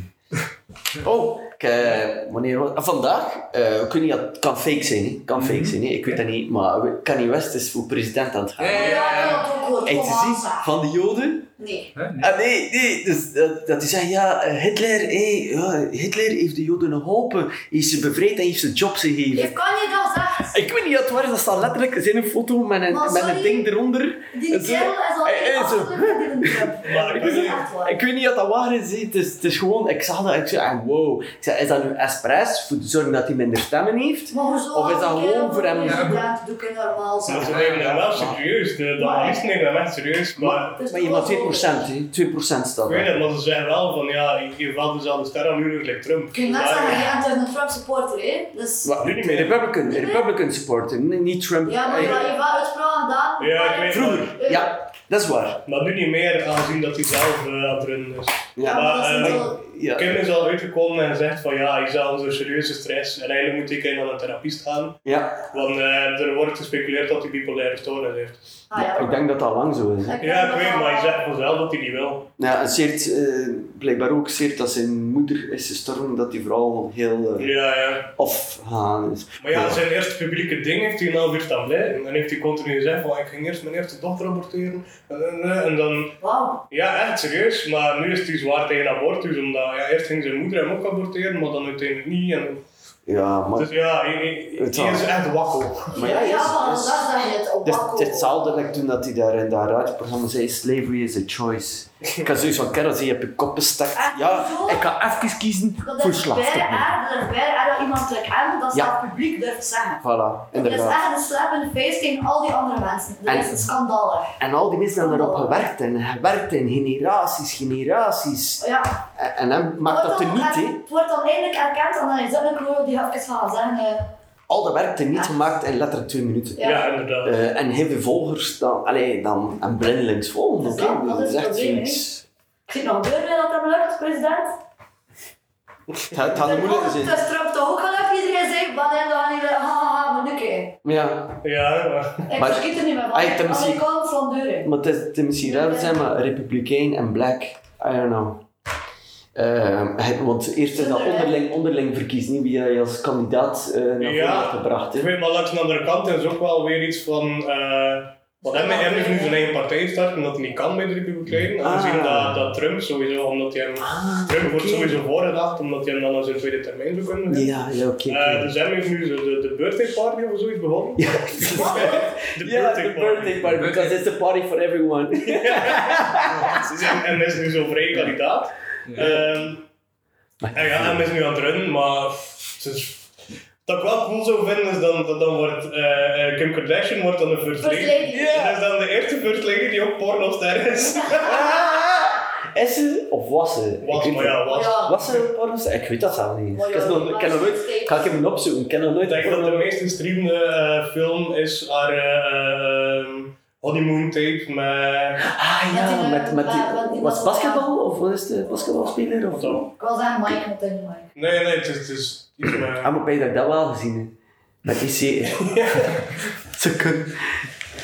S3: Oh, ik, eh, wanneer was ah, Vandaag, eh, ik weet niet, het kan fake zijn, hè. kan fake zijn, hè. ik weet dat niet, maar we- Kanye West is voor president aan het gaan.
S2: Ja, ja,
S5: Ja,
S2: ja.
S5: ik had het ook gehoord.
S3: Hey,
S5: Kom
S3: te zien
S5: aan,
S3: van de Joden.
S5: Nee.
S2: Hè? Nee.
S3: Ah, nee, nee, dus dat, dat die zeggen, ja, eh, Hitler, hey, ja, Hitler heeft de Joden geholpen, heeft ze bevrijd en heeft ze jobs gegeven.
S5: Je kan je dat zeggen.
S3: Ik weet niet wat het waar is, dat staat letterlijk zijn een foto met een,
S5: Maar
S3: met een
S5: sorry.
S3: ding eronder.
S5: Die
S3: Het is-
S5: kerel is al
S3: Hij is
S5: echt
S3: een-
S5: absoluut niet
S4: Maar ik
S5: Dat is
S4: weet
S5: echt waar.
S3: eh, Ik weet niet wat dat waar is, hè. het is, het is gewoon, ik zag dat, ik zei, ah, wow. Ik zei, is dat nu expres, voor te zorgen dat hij minder stemmen heeft?
S5: Maar hoezo?
S3: Of is dat
S5: Als een kerel
S3: gewoon voor hem-
S5: president, Doe ik normaal
S4: Maar
S5: zeggen.
S4: ze nemen dat wel serieus, de, de analisten nemen dat wel serieus, maar...
S5: Dus
S3: Maar je maar
S5: dat is
S3: 2%, hè. 2% staat
S4: Ik
S3: er.
S4: weet het, maar ze zeggen wel van, ja, je- je valt dezelfde ster aan uren like Trump.
S5: Ik kan net zeggen, jij bent een Trump supporter, hè? Dus...
S3: Wat,
S4: Nu niet meer.
S3: Republican, Republican supporter, nee, niet Trump.
S5: Ja, maar je
S3: Eh,
S5: hebt wel uitspraken gedaan. Eh,
S4: Ja, ik weet het.
S3: Vroeger, ja. Dat is waar.
S4: Maar nu niet meer, aangezien dat hij zelf eh, aan het runnen is.
S5: Ja, maar dat is
S4: Maar,
S5: niet
S4: eh,
S5: wel-
S3: Ja.
S4: Kim is al uitgekomen en zegt van ja, ik zal onder serieuze stress en eigenlijk moet ik naar een therapist gaan.
S3: ja.
S4: Want eh, er wordt gespeculeerd dat hij bipolaire stoornis heeft.
S5: Ah, ja,
S3: ik denk dat dat al lang zo is. hè.
S4: Ja, ik weet, maar hij
S5: je
S4: zegt vanzelf dat hij niet wil.
S3: Ja, en Seert, eh, blijkbaar ook Seert dat zijn moeder is gestorven, dat die vooral heel eh,
S4: Ja, ja.
S3: afgegaan is.
S4: Maar ja, zijn eerste publieke ding heeft hij een half uur staan blijven. En heeft hij continu gezegd van ik ging eerst mijn eerste dochter aborteren. En, en, en, en dan
S5: Wauw.
S4: Ja, echt serieus. Maar nu is hij zwaar tegen abortus. Omdat ja, eerst ging zijn moeder hem ook aborteren, maar dan uiteindelijk niet. En,
S3: Ja, maar
S4: dus ja, hij, hij-
S3: Oh. Het
S4: hij
S3: zal.
S4: is echt wakkel.
S3: Maar
S5: ja,
S3: ja, is-
S5: maar
S3: is-
S5: daar zag je het op.
S3: Het
S5: wakko.
S3: is hetzelfde like toen dat hij daar in dat radioprogramma zei, slavery is a choice. Ik had zoiets van, kerel, zie je op je kop bestakt.
S5: Ah,
S3: Ja,
S5: zo?
S3: ik ga even kiezen
S5: Dat
S3: voor
S5: is bij
S3: slaafsterven.
S5: haar, dat is bij haar dat iemand trekt aan, dat ze
S3: Ja.
S5: aan het publiek durft zeggen.
S3: Voilà,
S5: Het is
S3: inderdaad.
S5: echt een slapende feest tegen al die andere mensen. Dat
S3: En-
S5: is een schandalig.
S3: En al die mensen hebben
S5: Oh.
S3: erop gewerkt en gewerkt en generaties, generaties.
S5: Oh Ja.
S3: En, en hem maakt dat er niet, hè.
S5: Het wordt dan eindelijk erkend en dan is dat een kloot die even van zeggen. eh,
S3: Al dat werk er niet gemaakt in letterlijk twee minuten.
S5: Ja.
S4: Ja, inderdaad.
S3: Eh, en heel veel volgers dan, allee, dan en blindelings volgen.
S5: Dat is
S3: oké,
S5: dat, dat
S3: dat is
S5: is het
S3: echt
S5: probleem,
S3: zoiets.
S5: Ik zie nog deur bij dat hem lukt, president.
S3: Het gaat- het gaat moeilijk zijn.
S5: Het stroomt toch ook gelukkig. Iedereen zegt, wat en dan iedereen, ha ha ha, maar nu kijk.
S3: Ja.
S4: Ja, maar-
S5: Ik
S3: Maar-
S5: verschiet er niet meer van.
S3: Ah, ik heb misschien-
S5: Amerikaan van deuren.
S3: Maar het is, het is misschien raar te zijn, maar republikein en black, I don't know. Ehm, het- want eerst is dat onderling, onderling verkies, niet wie je als kandidaat eh, naar voren
S4: Ja.
S3: hebt gebracht.
S4: ik
S3: Hè.
S4: weet maar langs de andere kant is ook wel weer iets van. eh want hem, hem is nu zijn eigen partij start omdat hij niet kan bij de Republikeinen. Aangezien
S3: Ah.
S4: dat, dat Trump sowieso, omdat hij hem.
S3: Ah,
S4: Trump wordt
S3: oké.
S4: sowieso voorgedacht omdat hij hem dan als een tweede termijn zou kunnen hebben.
S3: Ja, ja, oké.
S4: Eh,
S3: oké.
S4: dus hem heeft nu zo de, de birthday party of zoiets begonnen.
S3: Ja, dus-
S4: De
S3: Ja, de birthday party, because it's a party for everyone.
S4: Dus en, en is nu zo'n vrije kandidaat. Ehm, en ja, hem is nu aan het runnen, maar het is- wat ik wel cool zou vinden is dan, dat dan wordt eh, eh, Kim Kardashian wordt dan de first lady.
S5: First lady.
S4: Dat is dan de eerste first lady die ook pornoster is.
S3: Is ze of was ze? Ik
S4: Was,
S3: weet
S4: maar ja, was.
S5: Ja.
S3: Was ze een pornoster? Ik weet dat zelf niet.
S5: Maar
S3: Ik
S5: ja,
S3: heb nog- ik heb nog nooit... Ga ik hem opzoeken, ik heb nog nooit...
S4: Ik denk dat de
S3: porno-
S4: meest gestreamde eh, film is haar eh, eh, honeymoon tape met...
S3: Ah ja,
S5: Met
S3: met, met
S5: die- met die-
S3: die... Was het basketbal? Of wat is de basketbalspeler? Of zo?
S5: Ik wil zeggen, Mike moet in Mike.
S4: Nee, nee, het is, het is iets met...
S3: Ah, maar bij dat ik dat wel gezien hè. Met die serie. Ze kunnen...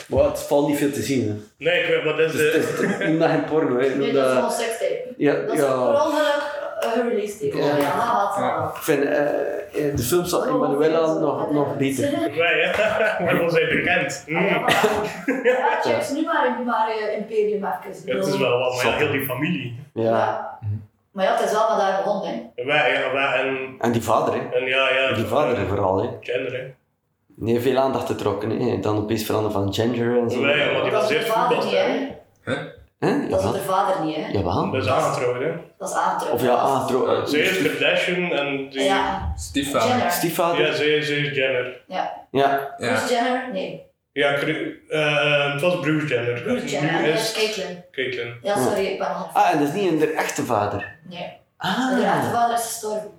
S3: Maar het valt niet veel te zien. Hè.
S4: Nee, ik weet wat is
S3: Dus het is-
S4: de...
S3: het noem dat geen porno. Hè. Noem
S5: Nee, dat is gewoon
S3: dat...
S5: sekstape.
S3: Ja,
S5: Dat is per
S3: eh, ja.
S5: ongeluk een release tape.
S3: Ja.
S5: Ja, haha, wat
S2: Ja.
S5: zal
S3: Ik vind eh, eh, de films
S5: Oh,
S3: van Emanuela nog, nog beter.
S4: Wij, hè? Waarom zijn bekend? Mm.
S5: Ah, Ja, voilà. Ja, checks nu maar in maar eh, Imperium even.
S4: Ja, het is wel wat, maar ja, heel die familie.
S3: Ja. Mhm.
S5: Maar ja, het is wel wat daar begonnen, hè.
S4: Wij, ja, wij en,
S3: En die vader, hè.
S4: en ja, ja.
S3: Die vader vooral, hè.
S4: Gender, hè.
S3: Nee, veel aandacht getrokken, hè. Dan opeens veranderen van gender en zo.
S4: Wij, ja, maar
S5: Dat
S4: die was
S5: is de
S4: eerst
S5: vader
S4: voetbal,
S5: niet,
S4: hè.
S5: hè.
S3: Hè?
S5: Dat is
S3: Jawel.
S5: de vader niet, hè.
S3: Jawel.
S4: Dat is aangetrouwd, hè.
S5: Dat is aantrek.
S3: Of ja, ah, tro- eh,
S4: Zij is Kardashian en die... Ja,
S5: Ja,
S2: Stiefvader.
S5: Jenner.
S3: stiefvader.
S4: zij, zij is Jenner.
S5: Ja.
S3: Ja.
S2: Ja.
S5: Bruce Jenner? Nee.
S4: Ja, Kru- eh, het was Bruce Jenner.
S5: Bruce Jenner.
S4: Nu
S5: Nee, dat is
S4: is
S5: Caitlyn.
S4: Caitlyn.
S5: Ja, sorry, ik ben al...
S3: Ah, en dat is niet een de echte vader.
S5: Nee. De echte
S3: Ah.
S5: vader is gestorven.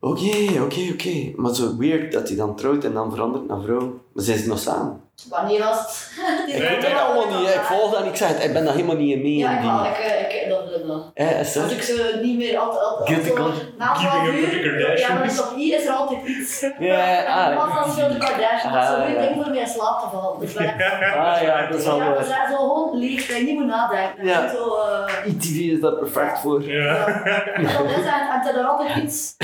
S3: Oké, oké, oké. Maar zo weird dat hij dan trouwt en dan verandert naar vrouw. Maar zijn ze nog samen?
S5: Wanneer was het?
S3: Ik weet dat allemaal niet. hè. Ik volg dat en ik zeg het. Ik ben daar helemaal niet in mee.
S5: Ja,
S3: in
S5: ik
S3: die.
S5: wel. Ik, eh, ik, dat, dat, dat.
S3: Hè, is dat?
S5: Als ik ze niet meer altijd... altijd
S3: Guilty
S5: altijd-
S3: con-
S5: Na een half
S4: keeping up with the
S5: uur...
S4: Kardashians.
S5: Ja, maar op hier is er altijd iets.
S3: ja, ah,
S5: En Wat als je de Kardashians? Dat is
S3: Ah,
S5: een goed
S3: ja.
S5: ding voor mij in slaap te vallen. Dus dat- ja,
S3: Ah ja, dat is al
S5: maar ze
S3: waar.
S5: zijn zo gewoon leeg. Dat je niet moet nadenken.
S3: Ja.
S5: En Zo, eh,
S3: ITV is daar perfect voor.
S4: Ja.
S5: ja. Dat is en, en het is er altijd iets.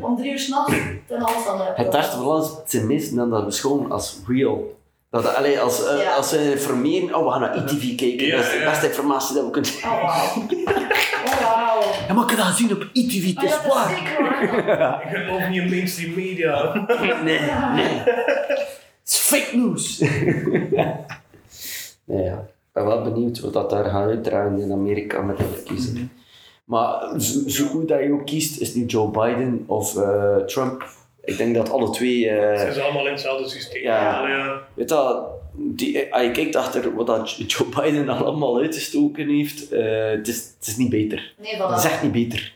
S5: Om drie uur s'nachts ten alles aan
S3: Het dacht wel eens ten minste dan dat we schoon als real. Dat, allee, als, eh,
S5: Ja.
S3: als ze informeren, oh we gaan naar ITV kijken,
S4: Ja,
S3: dat is de
S4: ja.
S3: beste informatie dat we kunnen.
S5: Oh, wauw. Oh, wauw.
S3: Ja, maar ik kan dat zien op ITV, het
S5: Maar
S3: is
S5: Oh, dat is
S3: waar.
S5: zeker waar.
S4: Ik geloof niet in mainstream media.
S3: Nee, nee. Het is fake news. nee, ja. Ik ben wel benieuwd wat dat daar gaat uitdraaien in Amerika met de verkiezingen.
S5: Mhm.
S3: Maar zo, zo goed dat je ook kiest, is nu Joe Biden of eh, Trump. Ik denk dat alle twee... eh,
S4: Ze zijn allemaal in hetzelfde systeem.
S3: Ja.
S4: Allee, ja.
S3: weet dat, die, ah, als je kijkt achter wat dat Joe Biden allemaal uitgestoken heeft, eh, het, is, het is niet beter.
S5: Nee,
S3: Het is
S5: voilà.
S3: echt niet beter.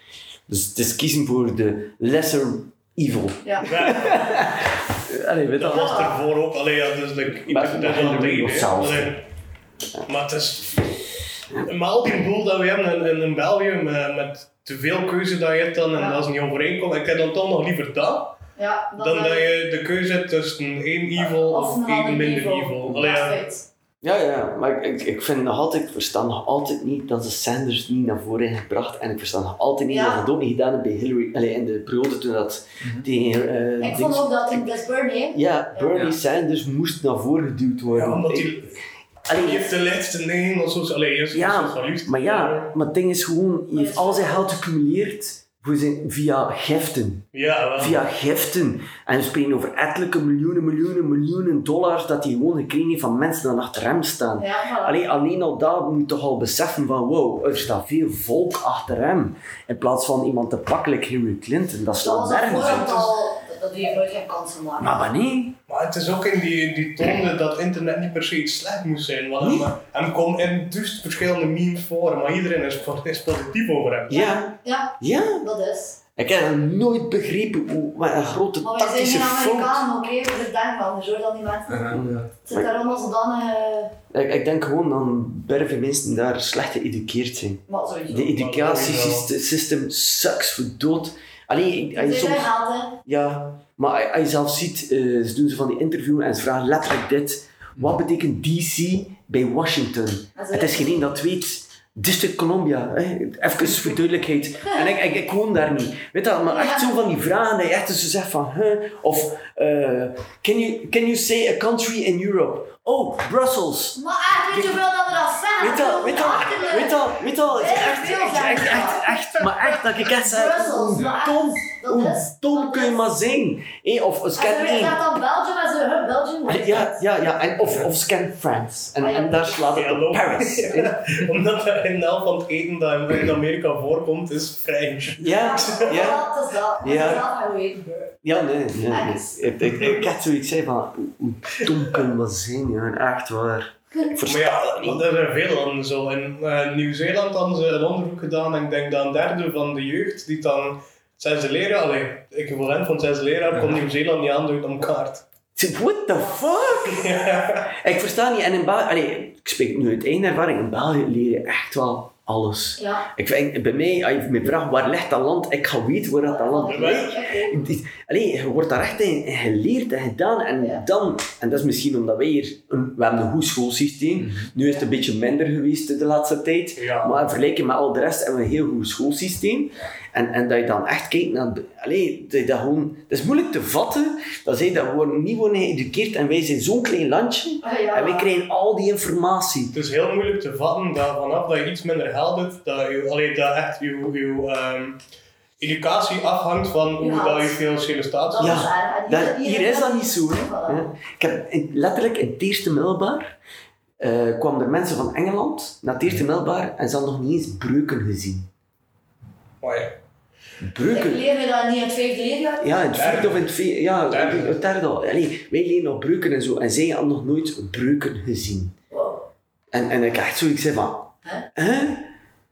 S3: Dus het is kiezen voor de lesser evil.
S5: Ja.
S4: Wij-
S3: Allee, weet
S4: Dat was ervoor ook. Allee, ja, dus like, ik
S3: Maar
S4: dat
S3: dat
S4: is al
S3: hindert
S4: tegen,
S3: nog
S4: hè.
S3: zelf.
S4: Allee, Maar het is... Maar al die boel dat we hebben in, in, in België, met, met te veel keuze dat je hebt dan, en
S5: Ja.
S4: dat is niet overeenkomt, ik heb dan toch nog liever dat,
S5: Ja, eh,
S4: dan dat je de keuze hebt tussen één evil of,
S5: een
S4: één
S5: ander
S4: minder evil. Allee,
S5: Dat is
S4: ja.
S5: feit.
S3: Ja, ja, maar ik, ik, ik vind nog altijd, ik versta nog altijd niet dat ze Sanders niet naar voren heeft gebracht. En ik versta nog altijd niet
S5: Ja.
S3: dat ze het ook niet gedaan hebben bij Hillary, allee, in de periode toen dat die... eh,
S5: Ik
S3: dings-
S5: vond ook dat in Bless Bernie,
S3: Ja, Bernie
S2: Ja.
S3: Sanders moest naar voren geduwd
S4: Ja,
S3: worden.
S4: omdat
S3: Ik-
S4: die,
S3: allee,
S4: die heeft de laatste negen of zo. Allee, eerst
S3: Ja,
S4: is liefst.
S3: Maar
S5: eh,
S3: ja, maar het ding is gewoon, hij heeft al zijn geld gecumuleerd voor zijn, via giften.
S4: Ja, wel.
S3: Via giften. En we spreken over ettelijke miljoenen, miljoenen, miljoenen dollars dat hij gewoon gekregen heeft van mensen die achter hem staan.
S5: ja, voilà.
S3: Alleen, alleen al dat moet je toch al beseffen van wow, er staat veel volk achter hem. In plaats van iemand te pakken like Hillary Clinton. Dat
S5: dat
S3: staat
S5: was al
S3: nergens
S5: voor
S3: op.
S5: al, dat die nooit geen kansen maken.
S3: Maar wanneer?
S4: Maar het is ook in die, die toonde dat internet niet per se iets slecht moest zijn. Want
S3: Nee.
S4: hem, hem komt in duizend verschillende memes voor, maar iedereen is, is positief over hem.
S3: Ja,
S5: Ja,
S3: ja.
S5: dat is.
S3: Ik heb nooit begrepen hoe, wat een grote
S5: Maar wij zijn
S3: tactische
S5: geen
S3: fout.
S5: Amerikanen, oké? We zijn Duitslanders hoor, dan die mensen. Het zit
S3: Maar-
S5: daarom als zodanig... eh,
S3: Ik, ik denk gewoon dat berven mensen daar slecht geëduceerd zijn.
S5: Maar sowieso.
S3: De
S5: Die
S3: educatiesysteem sucks voor dood. Alleen, als je
S5: zijn
S3: soms,
S5: haat, hè.
S3: ja, maar als- als je zelf ziet, eh, ze doen ze van die interview en ze vragen letterlijk dit. Wat betekent DC bij Washington?
S5: Dat is
S3: Het is geen één dat weet. District Columbia, hè? even voor duidelijkheid. En ik, ik, ik woon daar niet. Weet dat, maar echt zo van die vragen dat je echt zo zegt van, huh? Of, eh, can, you, can you say a country in Europe? Oh, Brussels.
S5: Maar echt, weet je hoeveel dat er al zijn?
S3: Weet dat, weet dat, weet dat, weet dat.
S5: Echt,
S3: Echt,
S5: heel
S3: echt,
S5: fijn.
S3: echt, echt, echt. Maar echt, dat ik echt zeg,
S5: Brussels,
S3: hoe
S5: maar
S3: dom,
S5: dat
S3: hoe
S5: is-
S3: dom
S5: dat
S3: kun je
S5: is-
S3: maar zijn. Hé, of of scan
S5: En ze
S3: één.
S5: gaat dan Belgium en ze huh, Belgium. dat is
S3: Ja,
S5: het.
S3: ja, ja. En of, of scan France.
S5: Ah,
S3: En, en daar slaat het op Paris. hè.
S4: Omdat dat in de helft van het eten dat in Amerika voorkomt, is French.
S3: Ja, ja.
S5: Dat is dat. Dat is
S3: Ja.
S5: dat gaan we weten. bro.
S3: Ja, nee, nee. nee. Ik, ik, ik had zoiets zei van, hoe- hoe dom kun je maar zijn, jongen. Echt waar. Ik
S4: Maar
S3: versta
S4: ja,
S3: dat
S4: want
S3: niet.
S4: er zijn veel landen zo. In eh, Nieuw-Zeeland hadden ze een onderzoek gedaan en ik denk dat een derde van de jeugd die dan het zesde leraar, allee, het equivalent van het zesde leraar, kon Nieuw-Zeeland niet aandoen om kaart.
S3: What the fuck? Ik versta niet. En in België, allee, ik spreek nu uit één ervaring, in België leer je echt wel alles.
S5: Ja.
S3: Ik vind, bij mij, als je me vraagt waar ligt dat land, ik ga weten waar dat land
S5: Oké.
S3: ligt. Allee, je wordt daar echt in in geleerd en gedaan. En
S5: Ja.
S3: dan, en dat is misschien omdat wij hier, een, we hebben een goed schoolsysteem. Nu is het een beetje minder geweest de laatste tijd.
S4: Ja.
S3: Maar in vergelijking met al de rest hebben we een heel goed schoolsysteem. En, en dat je dan echt kijkt naar... de- Allee, dat je dat gewoon... Het is moeilijk te vatten dat zij dat worden, niet worden geëduceerd. En wij zijn zo'n klein landje.
S5: Ah, ja.
S3: En wij krijgen al die informatie.
S4: Het is heel moeilijk te vatten dat vanaf dat je iets minder geld hebt, dat je, allee, dat echt je, je ehm, educatie afhangt van hoe
S5: Ja.
S4: dat je financiële staat
S5: Dat
S4: is.
S5: is
S3: Ja,
S5: waar. En
S3: Dat- hier is dat niet zo. hè. Ja. Ik heb in- letterlijk in het eerste middelbaar eh kwamen er mensen van Engeland naar het eerste middelbaar en ze hadden nog niet eens breuken gezien.
S4: Maar ja,
S5: Ik
S3: Breuken?
S5: leer je dat niet in het vijfde leerjaar.
S3: Ja, in het vierde of in het vierde. Ja,
S4: Derde.
S3: in het derde al. Allee, wij leren nog breuken en zo en zij hadden nog nooit breuken gezien.
S5: Wow.
S3: En, en ik had echt zoiets zei van... Hè?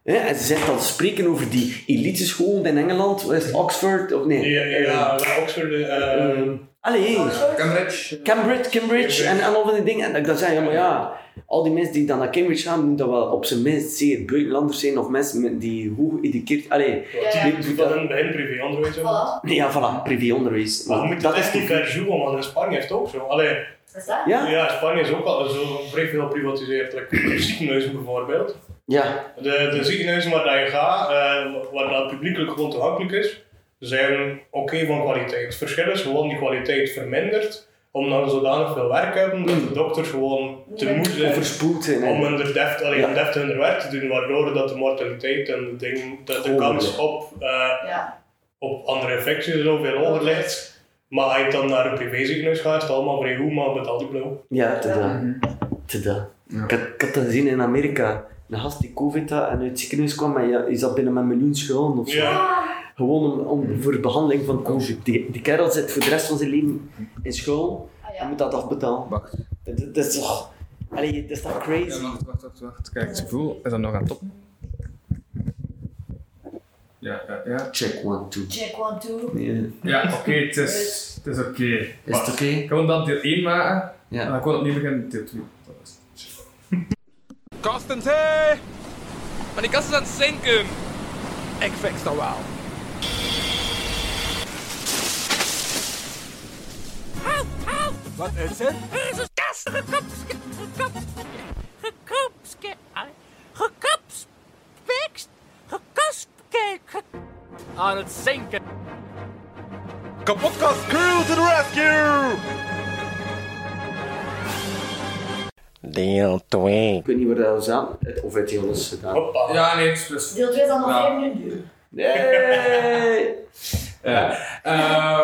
S3: Hè? En ze zegt dan spreken over die eliteschool in Engeland, wat is het, Oxford of nee?
S4: ja, ja, ja, Oxford, eh,
S3: Allee.
S2: Cambridge.
S3: Cambridge, Cambridge en, en al van die dingen. En dat ik dan zei, ja, maar ja, al die mensen die dan naar Cambridge gaan, moeten wel op zijn minst zeer buitenlanders zijn of mensen met- die hoog geëduceerd... Allee,
S5: Ja.
S4: die doet dat in het begin privé onderwijs. ook.
S5: Voilà.
S3: nee, ja, voilà, privéonderwijs.
S4: Maar je moet
S3: dat
S4: het
S3: is
S4: echt niet
S3: niet...
S4: ver zoeken, want in Spanje is het ook zo. Allee,
S5: Is dat?
S3: Ja,
S4: ja, Spanje is ook al zo vrij veel privatiseerd. Like, de ziekenhuizen bijvoorbeeld.
S3: ja,
S4: De, de ziekenhuizen waar dat je gaat, eh, waar dat publiekelijk gewoon toegankelijk is, zijn oké van kwaliteit. Het verschil is gewoon die kwaliteit vermindert, omdat we zodanig veel werk hebben dat de dokters gewoon te moe zijn
S3: overspoeld zijn.
S4: om
S3: en-
S4: hun deft, allee,
S3: Ja.
S4: hun deft hun werk te doen, waardoor dat de mortaliteit en de, ding, dat de
S3: Oh,
S4: kans
S3: ja.
S4: op eh,
S5: Ja.
S4: op andere infecties zoveel hoger ligt. Maar als je dan naar een privéziekenhuis gaat, is het allemaal vrij goed, maar betaalt ook blauw.
S3: Ja, te dat. Te dat. Ik had- ik had dat gezien in Amerika. Een gast die covid had en uit het ziekenhuis kwam en ja, die zat binnen met een miljoen schulden of zo.
S4: Ja.
S3: Gewoon om, om, voor de behandeling van covid. Die, die kerel zit voor de rest van zijn leven in school
S5: Ah,
S3: en
S5: ja.
S3: moet dat afbetalen.
S2: Wacht.
S3: Dat dat is toch... Allee, dat is toch
S2: Ja,
S3: crazy?
S2: wacht, wacht, wacht, wacht. Kijk, het gevoel. Is dat nog aan het toppen? Ja, ja, ja.
S3: Check one, two. eh.
S5: Check one, two.
S3: Nee.
S2: Ja, oké, het is, het is oké.
S3: Is het
S2: Wacht.
S3: oké?
S2: Ik wil dan deel 1 maken. En
S3: Ja.
S2: dan gewoon opnieuw beginnen met deel 2.
S6: Kostens, hey! Maar die kast is aan het zinken. Ik fix dat wel.
S7: Help, help!
S6: Wat is het?
S7: Er is een kast gekopske... gekopske... gekopske... gekopspikst... gekopske... ge- aan het zinken.
S6: Kapotkast crew to the rescue!
S8: Deel 2.
S3: Ik weet niet waar dat was aan, het- of uit die alles
S2: Oh.
S3: gedaan.
S4: Hoppa.
S2: Ja, nee, het is dus.
S5: Deel 2 zal nog
S2: Ja.
S5: 5 minuten duren.
S3: Nee!
S2: Ja. Eh, ja, ja,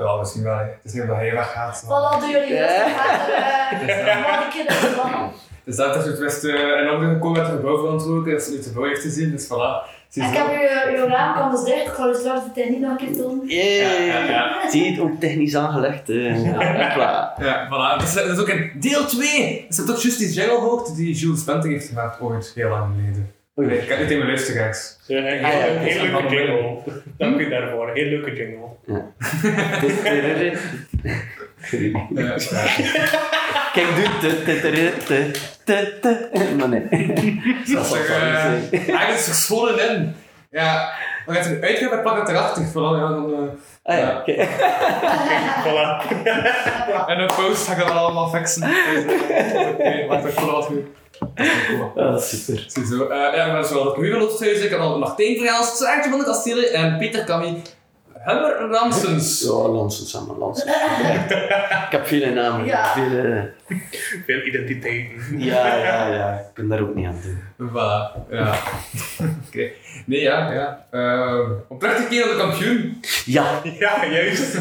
S2: ja, misschien wel. hè. Het is niet omdat hij weggaat. maar-
S5: Voilà, doen jullie rustig
S2: Ja.
S5: verder. eh, Maar ik keer dat is wel.
S2: Dus dat is het beste. En ook nog gekomen met het gebouw verantwoordelijk. Dat is niet te veel heeft te zien, dus voilà. Zie je
S5: Ik heb
S2: zo.
S5: uw, uw raam kan dus dicht. Ik ga dus straks de tijd niet nog een keer doen.
S2: Ja,
S3: Yay!
S2: ja,
S3: Zie je het ook technisch aangelegd? eh. Hopla.
S2: ja, voilà. Dat is, dat is ook in deel 2. Is dat ook juist die jingle hoogte die Jules Bente heeft gemaakt ooit, heel lang geleden? Nee, ik heb niet in mijn luisteraars.
S4: Ze hebben een
S3: Ah, ja,
S4: heel,
S3: dat is
S4: heel
S2: een
S4: leuke jingle. Dank u daarvoor. Heel leuke jingle.
S2: Eh, Ja,
S3: Kijk, doe eh, te te te te te te. Maar nee. Dat zal
S2: Zeg,
S3: wel niet
S2: eh,
S3: zijn.
S2: Eigenlijk is het gescholen in. Ja, we gaan het uitgaan, maar pak het erachter. dus Vooral, ja, dan, eh,
S3: Ah
S2: ja.
S3: ja, oké.
S4: Voilà.
S2: En een post ga ik dat allemaal Eh, fixen. Oké, wat ik eh, vooral goed. Dat is wel cool.
S3: Ah, super.
S2: Ziezo. eh ja, maar zowel de Camille Lothuis, ik heb al Martijn Vergaals, Saartje van de Kastelen en Peter Camille Hummer Ramsens.
S3: Zo, Lansens samen, Lansens. Ik heb vele namen.
S5: Ja.
S3: Veel, eh,
S4: Veel identiteiten.
S3: ja, ja, ja. Ik ben daar ook niet aan het doen.
S2: Voilà, ja. Oké. Nee, ja, ja. Uh, om terug te keren op de kampioen.
S3: Ja,
S4: Ja, juist.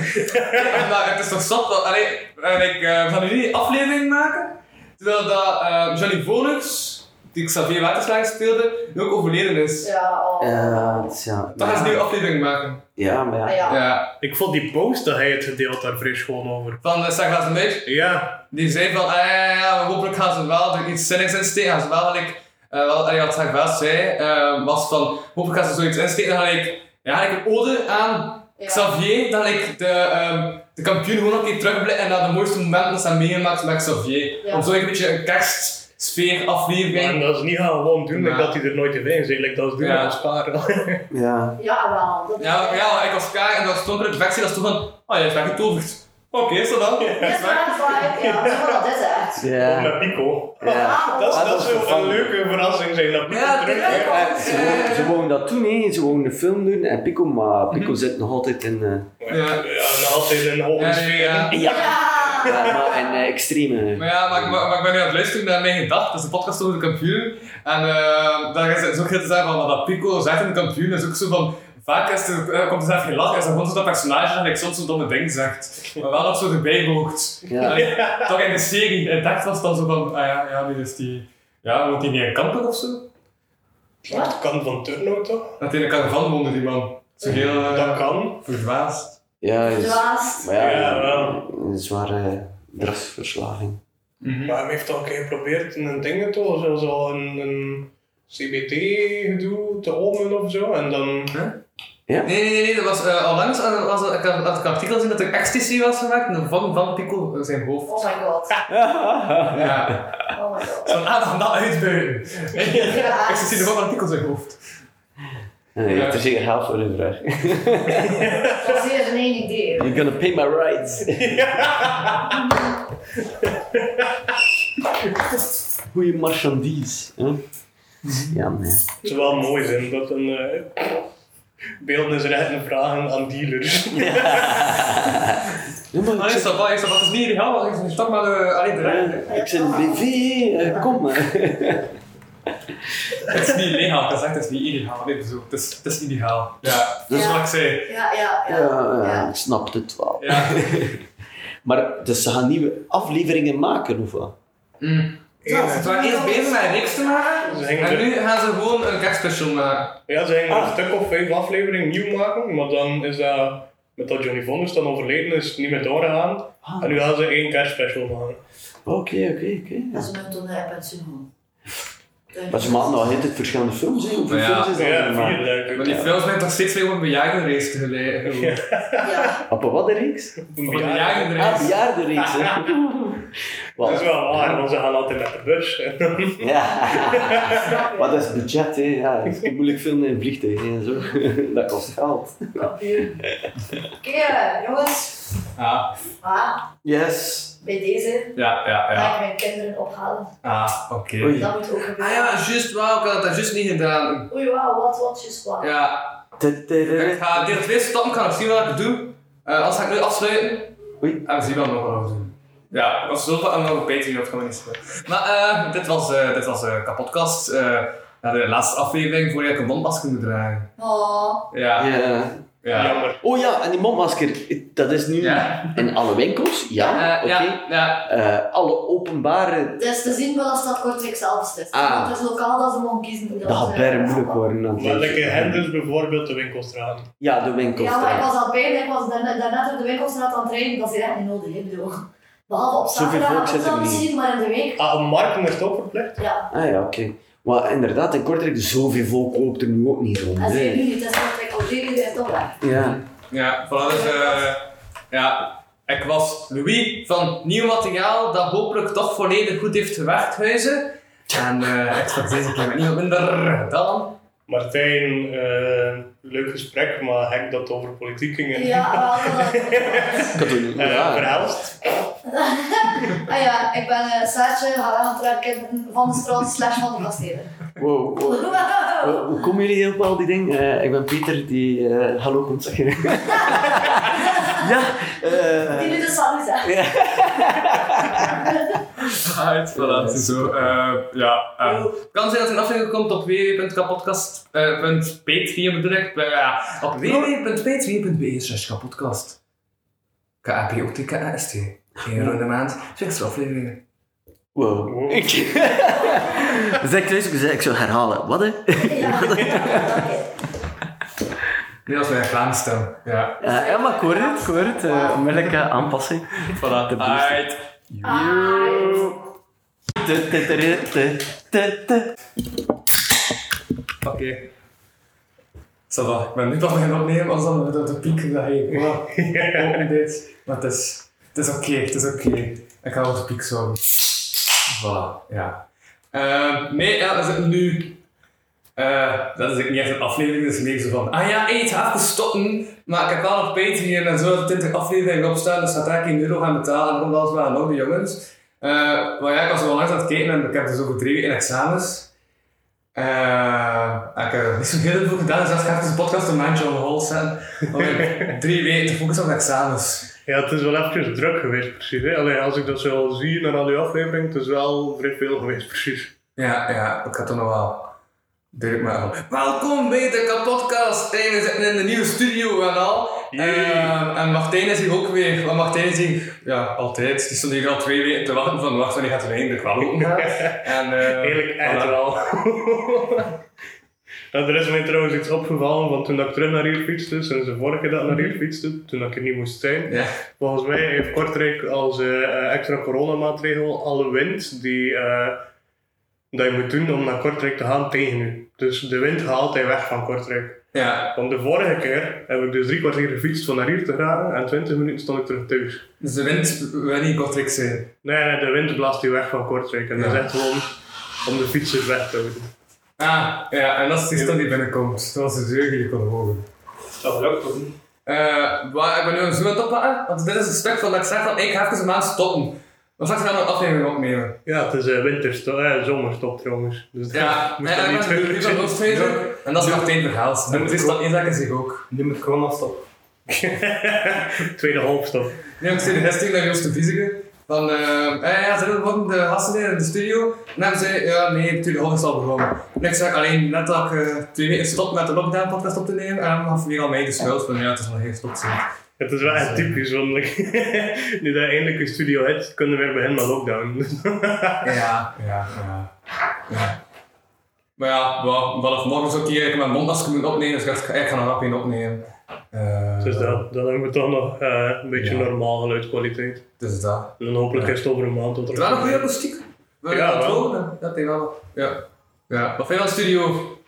S2: En dat, het is toch zat dat... Allee, en ik eh, van jullie aflevering maken, terwijl dat eh, Johnny Volux, die Xavier Waterslager speelde, nu ook overleden is.
S5: Ja, oh.
S3: eh, het is ja.
S2: Dan gaan ze een nieuwe aflevering maken.
S3: Ja, maar
S5: Ah,
S3: ja.
S5: ja.
S2: Ja.
S4: Ik vond die post dat hij het gedeeld daar vrij schoon over.
S2: Van uh, Sarah Meid.
S4: Ja,
S2: Die zei van, ah, ja, ja, ja, hopelijk gaan ze wel er iets zinnigs insteken. Gaan ze wel, gelijk, eh, wel, allee, wat ik wel zei, eh, was van, hopelijk gaan ze zoiets insteken. Dan ga ik, ja, ga ik een ode aan
S5: Ja.
S2: Xavier, dan ga ik de, ehm, de kampioen gewoon een keer terugblikken en naar de mooiste momenten dat ze hebben meegemaakt met Xavier.
S5: Ja.
S2: Om zo een beetje een kerstsfeer
S4: en
S2: aflevering.
S4: dat is niet gaan gewoon doen, like
S2: Ja.
S4: dat hij er nooit in is. Like dat is doen
S2: Ja.
S4: ja. sparen.
S3: Ja.
S5: Ja, wel. Dat is-
S2: Ja, ja, ik was klaar en dan stond er een versie, dat stond van, oh, je hebt weggetoverd. Oké, is dat dan?
S5: Yes, round five. Ja, dat is wat dat is, hè.
S3: Ja.
S4: Met Pico.
S3: ja.
S5: Ah,
S4: Dat,
S3: Ah, dat
S4: dat
S3: is
S4: zou een
S3: vervangen.
S4: leuke verrassing zijn. Dat Pico
S2: Ja,
S4: terug
S2: dat is-
S3: Eh, Ze wouden, ze wouden dat toen, hè. ze wouden een film doen en Pico, maar Pico zit nog altijd in eh,
S2: Ja.
S4: Ja, en altijd een hoge
S2: Ja,
S4: sfeer.
S2: ja.
S3: ja.
S5: Ja.
S3: Ja, maar in eh, extreme.
S2: Maar ja, maar, ik- maar, maar ik ben nu aan het luisteren naar mijn gedachten. Dat is een podcast over de kampioen. En eh daar is het ook heel te zeggen van wat dat Pico zegt in de kampioen. is ook zo van. Vaak is er, eh, komt er zelf geen lach. Is dat gewoon zo'n personage dat ik soms zo'n domme ding zegt. Maar wel op zo erbij hoogt.
S3: Ja.
S2: Toch in de serie. In tekst was het dan zo van. Ah ja, ja, nu is die. Ja, woont hij niet in kampen of zo?
S4: Dat kan van Turnhout toch?
S2: Dat hij in een caravan woonde, die man. Zo heel eh,
S4: Dat kan.
S2: verdwaasd.
S3: Ja, is,
S5: Dwaas.
S3: maar ja,
S4: Ja,
S3: een zware eh, drugsverslaving.
S4: Maar hij heeft al een keer geprobeerd in een ding toch? Zoals al een, een CBT-gedoe te openen of zo. En dan.
S2: Nee, nee, nee, nee, dat was eh, onlangs. eh, was, dat- ik had, had ik een artikel gezien dat er ecstasy was gemaakt. En de vorm van Pico eh, zijn hoofd.
S5: Oh my god.
S2: Ja.
S5: Oh my god.
S2: Zo'n aandacht dat uitbuiten.
S5: Ja.
S2: Ik zie er wel artikels in mijn hoofd.
S3: Nee,
S2: Ja.
S3: Eh, er is zeker helft voor de vraag.
S5: Dat is weer een één idee.
S3: You're gonna pay my rights. Goeie marchandise. Hè? Ja, nee.
S4: Het zou wel mooi zijn dat een. eh, beelden is rechten vragen aan dealers.
S3: Ja, maar ik
S2: Allee,
S3: zit-
S2: Sabat, hey, Sabat, het is niet illegaal, het is toch maar de, allee, de rij.
S3: eh, ik zit in BV, eh, kom maar.
S2: Het is niet illegaal, dat is echt, het is niet illegaal. Nee, zo, het, is, het is illegaal. Ja, dat is
S5: Ja.
S2: wat ik zei.
S5: Ja, ja, ja.
S3: Ja, eh,
S5: ja.
S3: ik snap het wel.
S2: Ja.
S3: Maar dus ze gaan nieuwe afleveringen maken of wat?
S2: Ze waren eerst bezig met een reeks te maken,
S4: Ze gingen
S2: en
S4: er-
S2: nu gaan ze gewoon een kerstspecial maken.
S4: Ja, ze gingen
S3: Ah.
S4: een stuk of vijf afleveringen nieuw maken, maar dan is dat. Met dat Johnny Vonnis dan overleden is, niet meer doorgegaan.
S3: Ah.
S4: En nu gaan ze één kerstspecial maken.
S3: Oké, oké, oké.
S5: Dat is een toen hij pensioen had.
S3: Maar ze maken nou altijd verschillende films, hè? Hoeveel
S2: Maar ja,
S3: films is dat?
S4: Ja,
S3: gemaakt?
S4: vier denk ik.
S2: Maar die films zijn toch steeds weer op een bejaardenrace tegelijk. eh,
S5: Ja.
S3: Op een wat reeks?
S4: Een
S2: Op een
S4: bejaarde.
S2: bejaardenrace.
S3: Ah, bejaardenreeks, hè? Wel,
S4: Dat is wel waar, want ze gaan altijd met de bus. En dan-
S3: Ja. Maar dat is budget, hè. Ja, ik kan moeilijk filmen in een vliegtuig hè, en zo. Dat kost geld.
S5: Oké, eh, jongens.
S2: Ah,
S5: Ah,
S3: Yes.
S5: bij deze
S2: ja,
S3: Ah,
S2: ja,
S5: ga
S2: ja.
S5: ik mijn kinderen ophalen.
S2: Ah, oké.
S3: Oei.
S5: Dat moet ook gebeuren.
S2: Ah ja, juist, wauw, ik had het daar juist niet gedaan.
S5: Oei, wauw, wat, wat, just wat.
S2: Ja, ik
S3: Tududu.
S2: ga deel 2 stoppen, ik ga nog zien wat ik doe. Eh anders ga ik nu afsluiten.
S3: Oei.
S2: En we zien wat we nog wel doen. Ja, als we zoveel aan nog op Patreon, dat kan we niet zeggen. Maar eh, dit was, eh dit was eh, kapotkast. eh, ja, de laatste aflevering voordat ik een mondmasker moet dragen.
S5: Oh,
S2: Ja, ja.
S3: Ja.
S2: ja.
S4: Jammer.
S3: Oh ja, en die mondmasker, dat is nu
S2: Ja.
S3: in alle winkels. Ja,
S2: Eh,
S3: oké.
S2: ja, ja.
S3: Eh, alle openbare.
S5: het is te zien wel als dat Kortrijk zelf is.
S3: Ah.
S5: Want het is lokaal dat ze mogen kiezen.
S3: Dat gaat
S5: eh,
S3: bijna moeilijk worden. aan het
S4: Maar
S3: leven.
S4: lekker Henders bijvoorbeeld de winkels dragen.
S3: Ja, de winkels.
S5: Ja, maar ik
S3: daar.
S5: was aan het bijna, ik was daarnet, daarnet door de winkelstraat aan het rijden, dat is hier echt niet nodig, hè, ik bedoel. Behalve op
S3: Zoveel
S5: zaterdag,
S3: volk zit er
S5: dat
S3: niet.
S5: misschien, maar in de week,
S4: Ah, marken is het ook verplicht.
S5: ja.
S3: Ah ja, oké. Maar inderdaad, in Kortrijk, zoveel volk loopt er nu ook niet rond.
S5: En
S3: hè.
S5: zeker nu niet, het is Kortrijk al zeker, is toch weg.
S3: Ja.
S2: Ja, voilà, dus eh, ja, ik was Louis van Nieuw Materiaal, dat hopelijk toch volledig goed heeft gewerkt, huizen. En eh ik zat deze keer met niemand minder dan.
S4: Martijn, eh, leuk gesprek, maar hek dat het over politiek ging. En
S5: Ja, wel, eh, wel, wel.
S3: Ik had een-
S4: Eh,
S3: ja.
S4: verhelst.
S5: Ah ja, ik ben eh Saartje, aangetrek kinderen van de straat slash van de gastheren.
S3: Wow, wow. Hoe- Hoe komen jullie heel op al die dingen? Eh, ik ben Pieter, die eh, hallo komt zeggen. ja,
S5: Die
S3: eh,
S5: nu de salu zijn.
S2: Uit, voilà, het is zo. eh, ja, eh. kan zijn dat er een aflevering komt op eh, www.kapodcast.patreon bedoel ik. Eh, ja, op www.patreon.be slash kapodcast. K-A-P-O-T-K-A-S-T. 1 euro in de maand, 6 afleveringen.
S3: wow. Ik, dus ik, dus ik, zei, ik zou herhalen. Wat hè?
S5: Ja, oké.
S2: Nee, als we reclame stem. Ja,
S3: Eh, Ja, ja, maar ik hoor het, ik hoor het. eh, onmiddellijke aanpassing.
S2: voilà.
S3: De booster.
S2: Uit.
S5: Ah.
S3: Te, te, te, te, te, te.
S2: Oké. Zal dat? Ik ben nu toch gaan opnemen, anders dan dat de piek dat hij open deed. Maar het is, het is oké, het is oké. Ik ga wel de piek zo. Voilà, ja. Eh, nee, ja, we zitten nu. eh, dat is ook niet echt een aflevering, dat is meer zo van. Ah ja, eet, ga even stoppen. Maar ik heb wel nog Patreon en zo 20 afleveringen opstaan, dus gaat daar geen euro gaan betalen. Dat komt alles wel aan orde, jongens. Eh, maar ja, ik was er wel langs aan het kijken en ik heb dus overdreven in examens. Eh, ik heb er niet zo heel veel gedaan, dus als ik even een podcast een maandje on hold zetten, om in drie weken te focussen op examens.
S4: Ja, het is wel even druk geweest, precies. Hè? Alleen als ik dat zo al zie naar al die afleveringen, het is wel vrij veel geweest, precies.
S2: Ja, ja, ik had toch nog wel duidelijk maken. Welkom bij de podcast. Hey, we zitten in de nieuwe studio en al. Eh, en Martijn is hier ook weer, want Martijn is hier ja, altijd. Die stond hier al twee weken te wachten van wacht, wanneer gaat hij eindelijk wel open gaan. En, eh,
S4: Eigenlijk echt
S2: voilà.
S4: wel. Nou, er is mij trouwens iets opgevallen, want toen ik terug naar hier fietste, sinds de vorige dag naar hier fietste, toen ik er niet moest zijn,
S2: Ja.
S4: Volgens mij heeft Kortrijk als eh, eh, extra coronamaatregel alle wind die eh, dat je moet doen om naar Kortrijk te gaan tegen u. Dus de wind haalt hij weg van Kortrijk.
S2: ja,
S4: Want de vorige keer heb ik dus drie kwartier gefietst van naar hier te gaan en 20 minuten stond ik terug thuis.
S2: dus de wind wil niet Kortrijk zijn.
S4: Nee, nee, de wind blaast die weg van Kortrijk en dat
S2: Ja.
S4: is echt gewoon om de fietsers weg te houden.
S2: Ah, ja, en dat is die stad die binnenkomt, zoals de zeur die je kon horen.
S4: Dat lukt toch niet?
S2: Eh, waar ik ben nu een zoom aan het oppakken, want dit is een stuk van dat ik zeg van ik ga even een maand stoppen. Maar straks gaan we een aflevering opnemen.
S4: Ja, het is eh winterstop, eh, zomerstop trouwens. Dus
S2: Ja,
S4: moest dat
S2: en
S4: niet
S2: ik ben nu
S4: terug
S2: liever hoofdfezen. En dat is Martijn Verhaals. En dat is dat inzakken zich ook.
S9: Nu moet corona stoppen.
S4: Tweede halfstop.
S2: Nu heb ik steeds de gisteren naar Joost de Viezige. Van, eh, eh, ja, ze hebben gewoon de gasten in de studio. En dan zei ja, nee, natuurlijk, alles is al begonnen. En ik zei alleen net dat ik eh, twee weken stop met de lockdown podcast op te nemen. En dan gaf weer al mij de schuld van, ja, het is nog geen stop.
S4: Het is wel echt typisch, want ik- nu dat eindelijk een studio hebt, kunnen we weer beginnen met lockdown.
S2: Ja, ja, ja. ja. Maar ja, wa- vanaf morgen zou ik hier eigenlijk mijn mondmasker moeten opnemen, dus ik dacht, ik ga een rapje opnemen. Eh,
S4: dus dat, dan hebben we toch nog eh, een beetje
S2: Ja.
S4: normaal geluidskwaliteit.
S2: Dus dat.
S4: En dan hopelijk is het over een maand tot er...
S2: Het was een goede akoestiek. We
S4: Ja,
S2: ja, het
S4: wel.
S2: horen. Dat denk ik wel. Ja. ja. Wat vind je van de studio?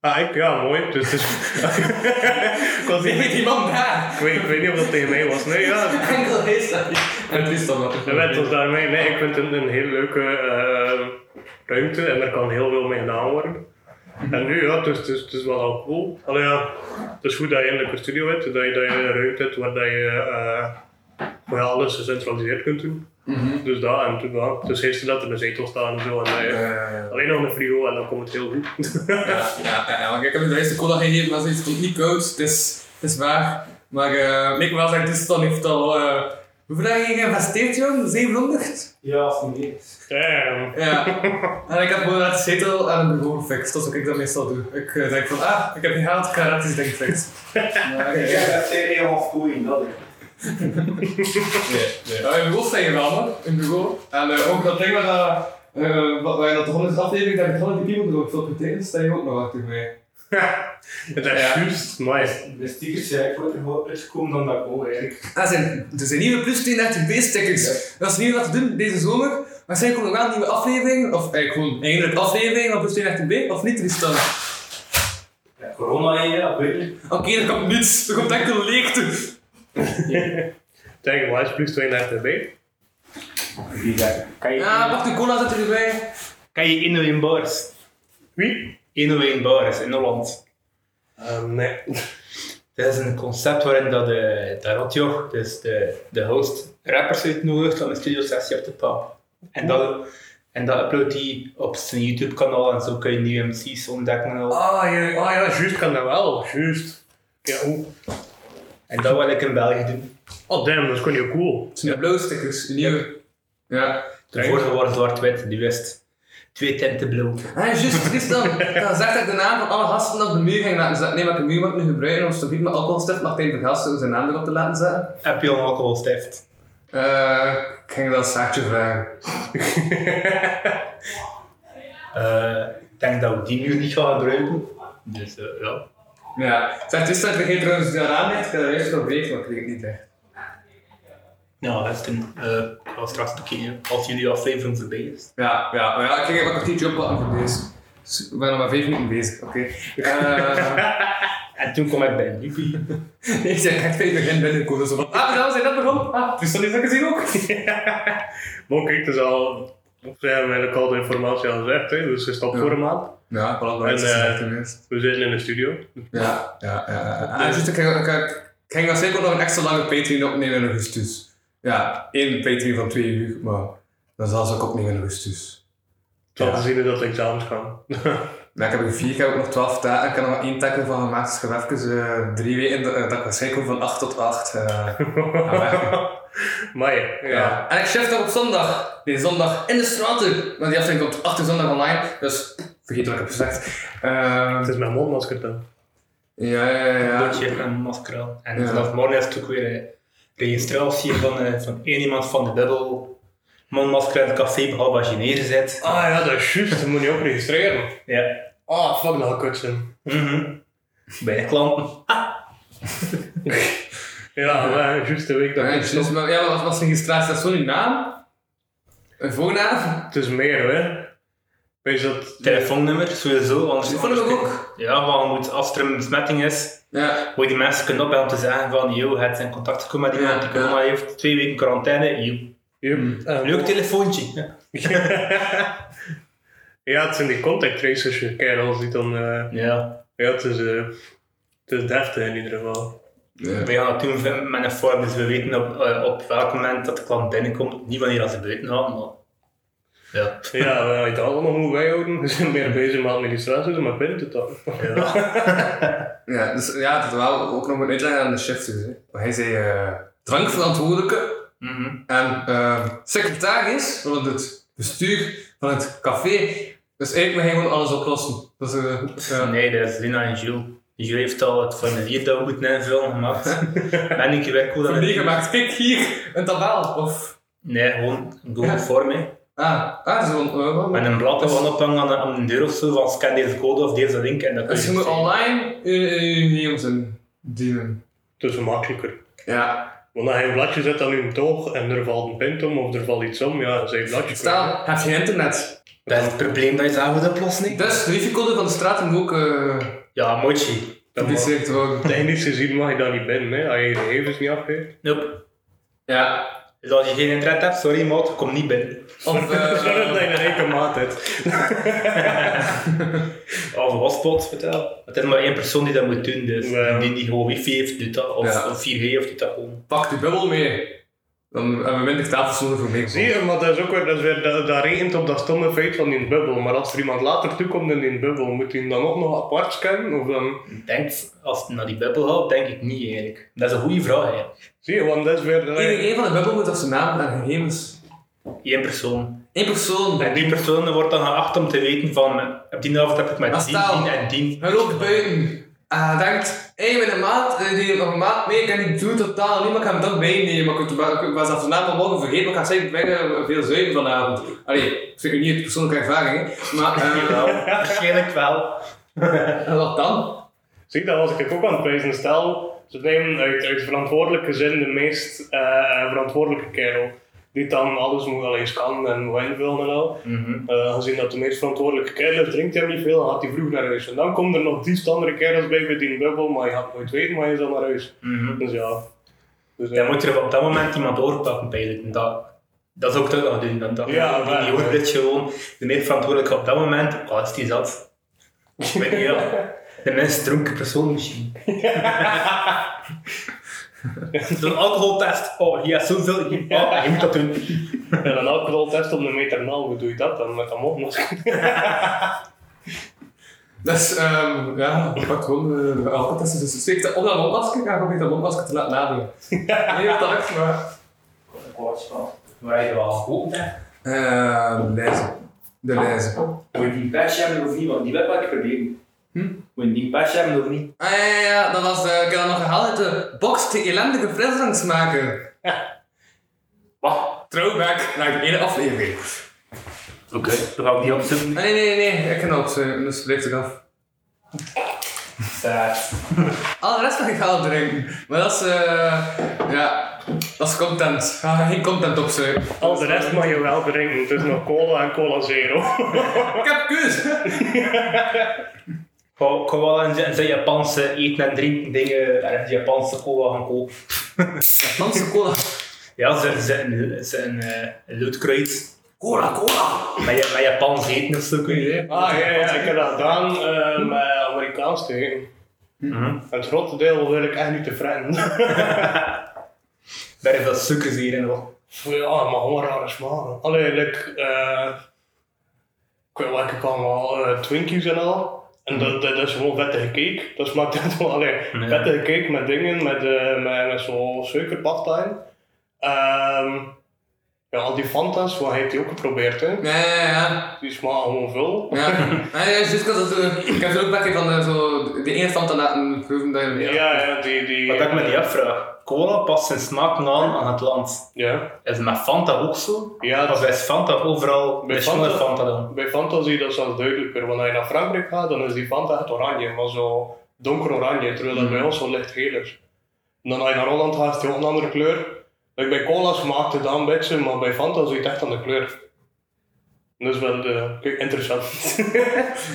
S4: Ah, ik? Ja, mooi. Dus, dus... ik, was
S2: Ik
S4: niet,
S2: weet die man daar.
S4: ik, weet, ik weet niet of dat tegen mij was. Nee, ja,
S2: Enkel is dat. En het is dan wat.
S4: de wet was daarmee. Nee, ik vind het een heel leuke eh, ruimte en er kan heel veel mee gedaan worden. En nu, ja, het is, het is, het is wel al cool. Allee, ja, het is goed dat je eindelijk een studio hebt, dat je, dat je een ruimte hebt waar dat je eh, waar je alles gecentraliseerd kunt doen. Dus dat, en toen, ja, het is eerst dat er een zetel staan en zo. En, dat je-
S2: Eh,
S4: Alleen nog een frigo en dan komt het heel goed.
S2: Ja, ja, ja, want ik heb hem de eerste cola gegeven, maar zoiets komt niet koud, het is, het is waar. Maar eh ik wil wel zeggen, dus dan heeft al... eh hoeveel heb je geïnvesteerd, jong? 700?
S9: Ja, als het niet is.
S4: Damn.
S2: Ja. en ik heb gewoon uit de zetel aan een bureau gefixt, dat is wat ik dat meestal doe. Ik eh, denk van, ah, ik heb gehaald, ik ga gratis ding fixen. Maar,
S9: Ik
S2: eh,
S9: heb dat serie half koeien, dat ik.
S2: Ja, in bureau sta je wel, man. In bureau. En eh, ook dat ding waar, dat, eh wat- waar je dat de 100 aflevering, dat ik 100 kilo erop veel proteïne, sta je ook nog achter mij.
S4: Dat is
S2: Ja.
S4: juist, maar
S9: De stickers zijn eigenlijk voor uitgekomen dan dat ik hoor, eigenlijk.
S2: Ah, zijn, er zijn nieuwe plus 32 B-stickers. Dat is nieuw wat te doen deze zomer. Waarschijnlijk komt er wel een nieuwe aflevering, of eigenlijk gewoon eindelijk aflevering van plus 32 B, of niet, Tristan?
S9: Ja, corona in ja, weet je.
S2: Oké, er komt niets. Er komt enkel leegte.
S4: tegen Wise plus 32 b
S9: Die zeggen, Kan je
S2: Ja, pak de cola zet erbij.
S10: Kan je Inno in bars?
S4: Wie?
S10: Inno in bars in Holland.
S4: Ehm, nee.
S10: Dat is een concept waarin dat de, de Rotjoch, dus de, de host, rappers uitnodigt om een studio sessie op te pakken. En dat, en dat uploadt hij op zijn YouTube kanaal en zo kun je nieuwe MC's ontdekken en al.
S4: Ah ja, ah, ja juist kan dat wel. Juist. Ja, oeh.
S10: En dat wil ik in België doen.
S4: Oh damn, dat is gewoon heel cool.
S2: Het zijn de blauwe stickers, de nieuwe. Ja.
S10: De vorige waren zwart-wit, die wist twee tinten blauw.
S2: Ah, juist, Tristan. Ik had gezegd dat ik de naam van alle gasten op de muur ging laten zetten. Nee, maar ik heb de muur moet ik nu gebruiken om stofiet met alcoholstift Martijn de Gasten zijn naam erop te laten zetten.
S10: Heb je al een alcoholstift?
S2: Eh, ik ging wel Saartje vragen.
S10: Eh, ik denk dat we die nu niet gaan gebruiken. Dus eh, ja.
S2: Ja. Zeg, Tristan, ik vergeet trouwens dat je naam hebt. Ik ga er eerst nog weten, maar ik kreeg het niet echt.
S10: Ja, dat is een, eh, ik ga straks bekijken als jullie aflevering voorbij is.
S2: Ja, ja, maar ja, ik ging even een kwartiertje oppakken voor deze. Dus we zijn nog maar vijf minuten bezig, oké. Eh,
S10: En toen kwam ik bij een liefie.
S2: ik zeg echt tegen het begin binnenkomen. Zo van, ah, dames, zijn dat begon? Ah, Tristan is dat gezien ook.
S4: Maar kijk, het is al... Op zich hebben we eigenlijk al de informatie al gezegd, hè. dus het is al voor een maand.
S2: Ja, voilà, dat
S4: En,
S2: is het
S4: eh,
S2: echt tenminste.
S4: We zitten in de studio.
S2: Ja, ja, ja. ja. Ah, juist, ik ging- ik ging- ik ging dan zeker nog een extra lange Patreon opnemen in augustus. Ja, één Patreon van twee uur, maar dat zal ze ook opnemen in augustus.
S4: Zal
S2: Ja.
S4: te zien is dat de examens gaan.
S2: Maar ik heb er vier, ik heb ook nog twaalf dagen. Ik heb er nog één tackle van gemaakt, dus ik heb even eh, drie weken dat- dat ik waarschijnlijk ook van acht tot acht eh, ga werken.
S4: maar ja. Ah, ja.
S2: Ja. En ik shift dat op zondag. Die zondag in de straten. Want die aflevering komt achter zondag online. Dus vergeet wat ik heb gezegd. Ehm,
S4: Het is mijn mondmasker dan.
S2: ja, ja, ja. ja.
S10: Dat je een masker aan. En
S2: Ja.
S10: vanaf morgen is het ook weer eh, registratie van, eh, van één iemand van de bubbel. Mondmasker in het café, behalve als je neerzet.
S4: Ah ja, dat is juist. Dan moet je ook registreren.
S10: Ja.
S4: Ah, fuck nou, kutsen.
S10: Mhm. Bij de klanten.
S4: Ja, maar juist de week dat
S2: Ja,
S4: ik
S2: dus,
S4: stop.
S2: maar, ja, wat was de registratie? Dat is zo'n naam? Een voornaam?
S4: Het is meer, hè. Wees dat...
S10: Telefoonnummer, sowieso. Anders
S2: Telefoonnummer ook?
S10: Ja, maar je moet, als er een besmetting is,
S2: Ja.
S10: moet je die mensen kunnen opbellen om te zeggen van, yo, het in contact gekomen met iemand die
S2: Ja, ja.
S10: corona heeft, twee weken quarantaine, yo.
S4: Yep. En-
S10: Leuk telefoontje. Ja.
S4: Ja, het zijn die contact tracers, je kerels die dan... eh,
S10: ja.
S4: ja, het is, eh, het is deftig in ieder geval.
S10: We gaan het doen v- met een vorm, dus we weten op, eh, op welk moment dat de klant binnenkomt. Niet wanneer dat ze buiten gaan, maar... Ja.
S4: Ja, maar je dat allemaal moet bijhouden. We zijn meer bezig met administratie, dus maar binnen het dan.
S2: Ja, dus ja, dat wel ook nog een uitleg aan de shift. Dus, hè. Maar hij zei eh, drankverantwoordelijke
S10: Mhm.
S2: en eh, secretaris van het bestuur van het café. Dus eigenlijk mag hij gewoon alles oplossen. Dat is, eh, ja.
S10: Nee, dat is Lina en Jules. Jules heeft al het formulier dat we moeten invullen gemaakt. ben ik weer cool
S2: Voor
S10: aan
S2: mij
S10: het
S2: gemaakt. Kijk hier, een tabel. Of...
S10: Nee, gewoon een
S2: Ja.
S10: Google Form. hè.
S2: Ah, ah zo'n... eh, wat-
S10: Met een blad dat we gaan ophangen aan, aan een deur of zo, van scan deze code of deze link en dat kun
S2: dus je moet online eh, eh, je gegevens indienen.
S4: Het is makkelijker.
S2: Ja.
S4: Want als je een bladje zet aan je toog en er valt een pint om of er valt iets om, ja, dan zijn je bladje
S2: Stel, heb je internet?
S10: Dat is het probleem dat je zelf moet oplossen. hè.
S2: Dus de wifi-code van de straat moet ook eh
S10: Ja, mochi.
S2: gepubliceerd worden.
S4: Technisch gezien mag je daar niet binnen, hè, als je je gegevens niet afgeeft.
S10: Nope.
S2: Ja.
S10: Dus als je geen internet hebt, sorry maat, kom niet binnen.
S2: Of,
S4: Zorg
S2: eh
S4: dat je een rijke maat hebt.
S10: Of een hotspot, vertel. Het is maar één persoon die dat moet doen, dus
S4: Ja.
S10: die, die gewoon wifi heeft, doet dat. Of,
S2: Ja.
S10: of 4G of doet dat gewoon.
S2: pak die bubbel mee. Dan hebben we minder tafels nodig voor mee.
S4: Zie je, maar dat is ook weer, dat, is weer, dat, dat rekent op dat stomme feit van die bubbel. Maar als er iemand later toekomt in die bubbel, moet hij hem dan ook nog apart scannen? Of dan...
S10: Ik Denk, als het naar die bubbel gaat, denk ik niet eigenlijk. Dat is een goede vraag eigenlijk.
S4: Zie je, want dat is weer...
S2: Iedereen van de bubbel moet op zijn naam en gegevens.
S10: Eén persoon.
S2: Eén persoon.
S10: En die persoon wordt dan geacht om te weten van, eh, op die avond heb ik met
S2: Als
S10: die,
S2: taal.
S10: die en die.
S2: Hij loopt buiten. En hij denkt, hé, hey, mijn maat, eh, die heeft nog een maat mee, ik kan die doe totaal niet, maar ik ga hem toch meenemen. Maar ik was- ik was dat vanavond morgen vergeten, maar ik ga zeggen, ik ben eh, veel zuipen vanavond. Allee, ik zeg nu niet persoonlijke ervaring, hè. Maar, eh,
S10: Waarschijnlijk wel.
S2: en wat dan?
S4: Zie, dat was ik ook aan het prijzen. Stel, ze nemen uit, uit verantwoordelijke zin de meest eh, verantwoordelijke kerel. Die dan alles moet alleen scannen en hoe invullen en al. Eh, gezien dat de meest verantwoordelijke kerel is, drinkt hij niet veel en gaat hij vroeg naar huis. En dan komen er nog die andere kerels bij bij die bubbel, maar je gaat het nooit weten, maar je is al naar huis. Dus ja. Dus, eh,
S10: Dan moet er op dat moment iemand doorpakken bij En dat, dat is ook terug nog doen. Dat, dat,
S4: Ja,
S10: die,
S4: maar-
S10: die hoort dit gewoon. De meest verantwoordelijke op dat moment, oh, is die zat. Ik weet niet, ja. De minst dronken persoon misschien. Zo'n alcoholtest. Oh, je hebt zoveel. Oh, je moet dat doen.
S4: En een alcoholtest op een meter nul, hoe doe je dat dan met dat mondmasker?
S2: Dat is, ehm, ja, ik pak gewoon de, de alcoholtesten. Dus steek dat op dat mondmasker, ik ga gewoon dat mondmasker te laten nadoen. Nee, dat dacht maar...
S9: Een kwaadje van. Maar hij wel goed, hè?
S2: Ehm, lezen. De lezen.
S9: Moet je die patch hebben of niet? Want die web had ik verleden.
S2: Hm?
S9: Moet je die patch hebben of niet?
S2: Ah ja, ja, ja, dat was, eh, ik heb dat nog gehaald uit de box die ellendige frisdranksmaker. Wat? Throwback naar de ene aflevering.
S10: Oké, dan ga ik die opzoeken.
S2: Ah, Nee, nee, nee, nee, ik kan dat, eh, dus blijft ik af.
S4: Eh,
S2: Al de rest mag ik gaan drinken, maar dat is, eh, ja, dat is content. Ga geen content opzoeken.
S4: Al de rest mag je wel drinken, het is nog cola en cola zero.
S2: Ik heb keuze!
S10: Ik ga- Oh, ik ga wel in zijn- in zijn Japanse eten en drinken dingen en Japanse cola gaan kopen.
S2: Manse cola.
S10: Ja, ze zijn, zijn eh loodkruid.
S2: Cola, cola!
S10: Met, Ja- met Japans eten of zo, kun je zeggen.
S4: Ah ja, ja, ik heb dat gedaan eh, met Amerikaans te eten. Hm.
S10: Hm.
S4: Het grote deel wil ik echt niet te vreemd.
S10: Daar is dat sukkers hier en wat.
S4: ja, ah, maar gewoon rare smaak. Allee, like, eh, ik weet wat ik allemaal, eh, Twinkies en al.
S10: Hm.
S4: En dat, dat is gewoon vettige cake. Dat smaakt echt wel, allee,
S10: Ja.
S4: vettige cake met dingen, met, eh met, met zo'n suikerpastijn. Ehm ja, al die Fanta's, wat heeft hij ook geprobeerd, hè?
S2: Ja, ja, ja.
S4: Die smaken gewoon veel.
S2: ja. Nee, nee, juist, ik had dat, eh, ik heb zo'n bakje van eh, zo, de ene van te laten proeven dat je
S4: Ja,
S2: meer.
S4: ja, die... die
S10: Wat ik me die afvraag. Cola past zijn smaak aan aan het land.
S4: Ja.
S10: Is het met Fanta ook zo?
S4: Ja,
S10: Of
S4: dat-
S10: is Fanta overal
S4: Bij
S10: bij Fanta?
S4: Fanta-
S10: Fanta dan?
S4: bij Fanta zie je dat zelfs duidelijker. Want als je naar Frankrijk gaat, dan is die Fanta echt oranje, maar zo donker oranje, terwijl dat bij ons zo licht geel is. En dan als je naar Holland gaat, is die ook een andere kleur. Like bij cola smaakt het dan een beetje, maar bij Fanta zie je het echt aan de kleur. En Dat is wel eh, kijk, interessant.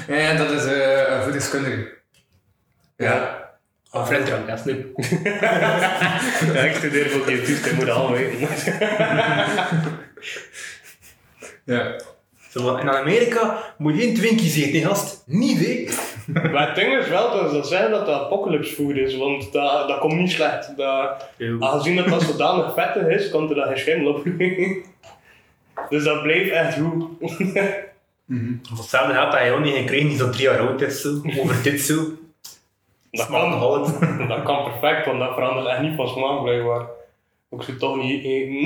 S2: Ja, ja, dat is eh een voedingskundige. ja.
S10: Ah, frisdrank, dat is nu.
S4: ja, ik studeer voor diëtist, ik moet dat al weten.
S2: Ja.
S10: Zo van, in Amerika moet je geen Twinkies eten, hè, gast. Niet, hè?
S4: maar het ding is wel dat ze zeggen dat dat apocalypse food is, want dat, dat komt niet slecht. Dat, Aangezien dat dat zodanig vettig is, komt er dan geen schimmel op. dus dat bleef echt goed.
S10: Voor hetzelfde geld dat je ook niet gekregen die zo drie jaar oud is, zo. Over dit zo.
S4: Dat
S10: Smaakt
S4: kan,
S10: nog altijd.
S4: dat kan perfect, want dat verandert echt niet van smaak blijkbaar. Ik zou het toch niet eten.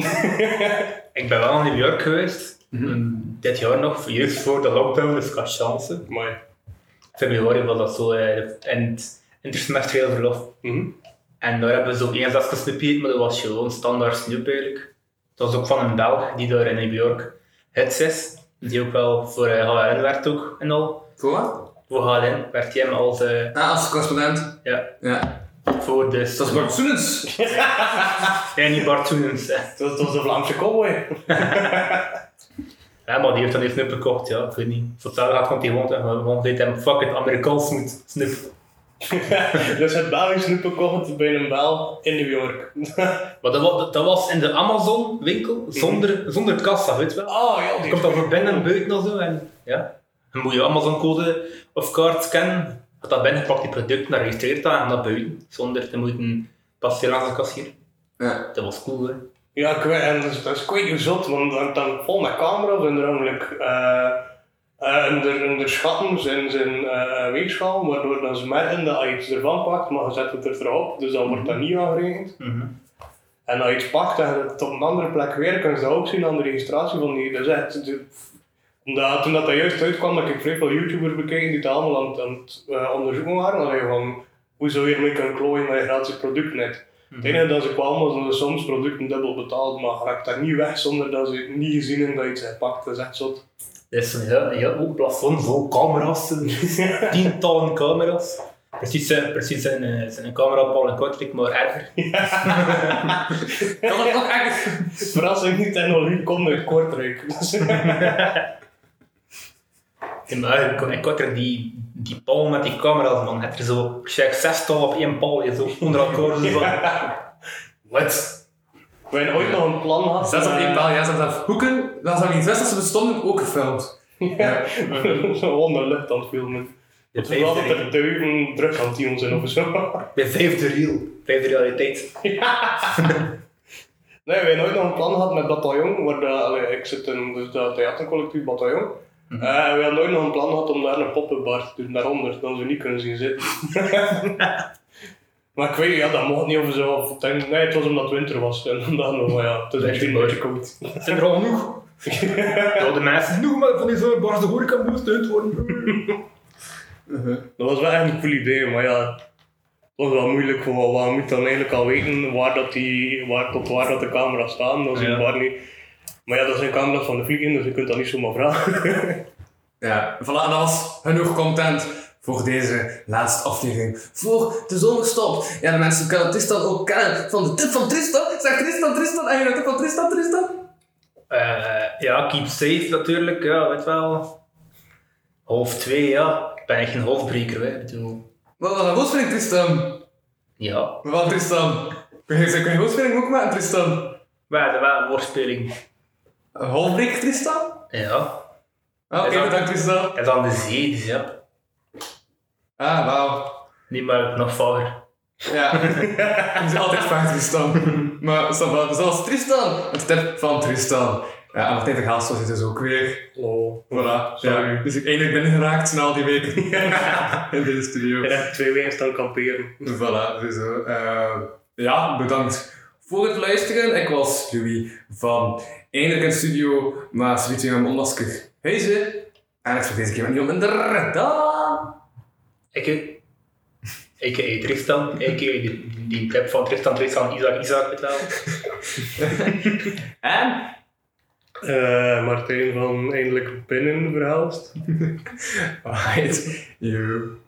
S10: Ik ben wel in New York geweest. En Dit jaar nog, juist voor de lockdown, dus ik had chance.
S4: maar
S10: februari was dat zo eh, in het intersemestrieel verlof.
S4: Mhm.
S10: En daar hebben ze ook één zesde snoep gegeten, maar dat was gewoon standaard snoep eigenlijk. Dat was ook van een Belg die daar in New York hits is. Die ook wel voor eh, HLN werd ook en al.
S2: Voor?
S10: Voor HLN werd hij hem als, eh,
S2: Ah, als correspondent.
S10: ja,
S2: Ja.
S10: voor de...
S2: Dat is Bart Soenens.
S10: Ja, niet Bart Soenens, eh.
S4: dat was de Vlaamse cowboy.
S10: Ja, maar die heeft dan even snip gekocht, ja, ik weet niet. Voor hetzelfde gaat komt hij gewoon zeggen, want deed hem fuck het Amerikaans moet snip.
S4: dus het Belgisch snoep gekocht bij een bel in New York.
S10: Maar dat, wa- dat was in de Amazon winkel, zonder, zonder kassa, weet je wel.
S4: Oh ja, die
S10: Komt dan voor binnen en buiten of zo en ja. Dan moet je Amazon code of kaart scannen. Gaat dat binnen, pakt die producten, dan registreert dat en gaat dat buiten. Zonder te moeten passeren aan de kassier.
S2: Ja.
S10: Dat was cool hè.
S4: Ja, ik weet, en dat is, dat is kwijt gezot, want dan, dan vol met camera's en eh, namelijk eh, onderschatten zijn, zijn eh, weegschaal, waardoor dan ze merken dat als je iets ervan pakt, maar je zet het er erop, dus dan wordt dat niet aangerekend. En als je iets pakt en het op een andere plek weer, kan je dat ook zien aan de registratie van die. Dus echt, de- omdat, toen dat, dat juist uitkwam, heb ik vrij veel YouTubers bekeken die het allemaal aan, het- aan het eh, onderzoeken waren. Allee, van, hoe zou je ermee kunnen klooien dat je gratis product net.
S2: Mhm.
S4: Het enige dat ze kwamen was dat ze soms producten dubbel betaald, maar je raakt dat niet weg zonder dat ze het niet gezien hebben dat je iets hebt gepakt. Dat is echt zot.
S10: Er is een heel, heel hoog plafond vol camera's. Tientallen camera's. Precies, eh, precies een, eh, zijn een camera Paul en Kortrijk, maar erger.
S2: Dat is nog echt.
S4: Verrassing, die technologie komt uit Kortrijk. Dus-
S10: In mijn eigen- in Kortrijk, die, die Paul met die camera's, man. Heb je zo, zeg, zestal op één Paul, je zo onder elkaar. zo van, Wat?
S4: Wij hebben ooit nog een plan gehad.
S2: Zes op één
S4: eh,
S2: paal, ja, ze hebben dat hoeken. Dat is dan niet best dat ze bestonden ook gefilmd.
S4: Ja, gewoon naar lucht aan het filmen.
S10: De
S4: Het is wel dat
S10: vijfde,
S4: er duiven druk aan het doen zijn of zo.
S10: de vijfde reel. Vijfde realiteit.
S4: Nee, wij hebben ooit nog een plan gehad met Bataljon, waar de, allee, ik zit in dus dat theatercollectief Bataljon. Eh, en we hadden ooit nog een plan gehad om daar een poppenbar te doen, daaronder, dat we niet kunnen zien zitten. maar ik weet niet, ja, dat mocht niet over zo. of- Nee, het was omdat het winter was. En dan dachten we, van, ja, het is echt een beetje koud.
S10: Zijn er al genoeg? Ja, de mensen genoeg maar van die zo'n barste horeca moet uit worden.
S4: Dat was wel echt een cool idee, maar ja, het was wel moeilijk. Want want je moet dan eigenlijk al weten waar dat die, waar, tot waar dat de camera's staan. Dat is
S10: Ja.
S4: waar niet. Maar ja, dat zijn camera's van de vlieging, dus je kunt dat niet zomaar vragen.
S2: Ja, voilà, dat was genoeg content voor deze laatste aflevering. Voor de zomerstop. Ja, de mensen kunnen Tristan ook kennen van de tip van Tristan. Zeg Tristan, Tristan, en je de tip van Tristan, Tristan.
S10: Eh, ja, keep safe natuurlijk, ja, weet wel. Half twee, ja. Ik ben echt een halfbreker, hè. Ik bedoel,
S2: Wat was dat woordspeling, Tristan?
S10: ja.
S2: Wat, Tristan? Kun je, kun je woordspeling ook maken, Tristan?
S10: Maar dat was een woordspeling.
S2: Een Halfbreek, Tristan?
S10: Ja.
S2: Ah, Oké,
S10: Is dat-
S2: bedankt, Tristan.
S10: Dat is aan de zee, dus ja.
S2: Ah, wauw.
S10: Niet maar nog vager.
S2: Ja, ik is altijd vaak Tristan. Maar ça va. zoals Tristan, een tip van Tristan. Ja, en Martijn de Gaals was het dus ook weer.
S4: Lol.
S2: Voilà,
S4: Sorry.
S2: ja. Dus ik eindelijk ben geraakt na al die weken in deze studio.
S4: Je hebt twee weken staan kamperen.
S2: Voilà, dus zo. Eh, ja, bedankt voor het luisteren. Ik was Louis van Eindelijk in Studio, maar ze liet mijn onmasker huizen. En ik voor deze keer met Niel minder. Da!
S10: Ik, ik, ik, Tristan. Ik, die, die clip van Tristan, Tristan, Isaac, Isaac, weet wel.
S2: En
S4: Eh, Martijn van eindelijk binnen verhuisd.
S2: Alright, you.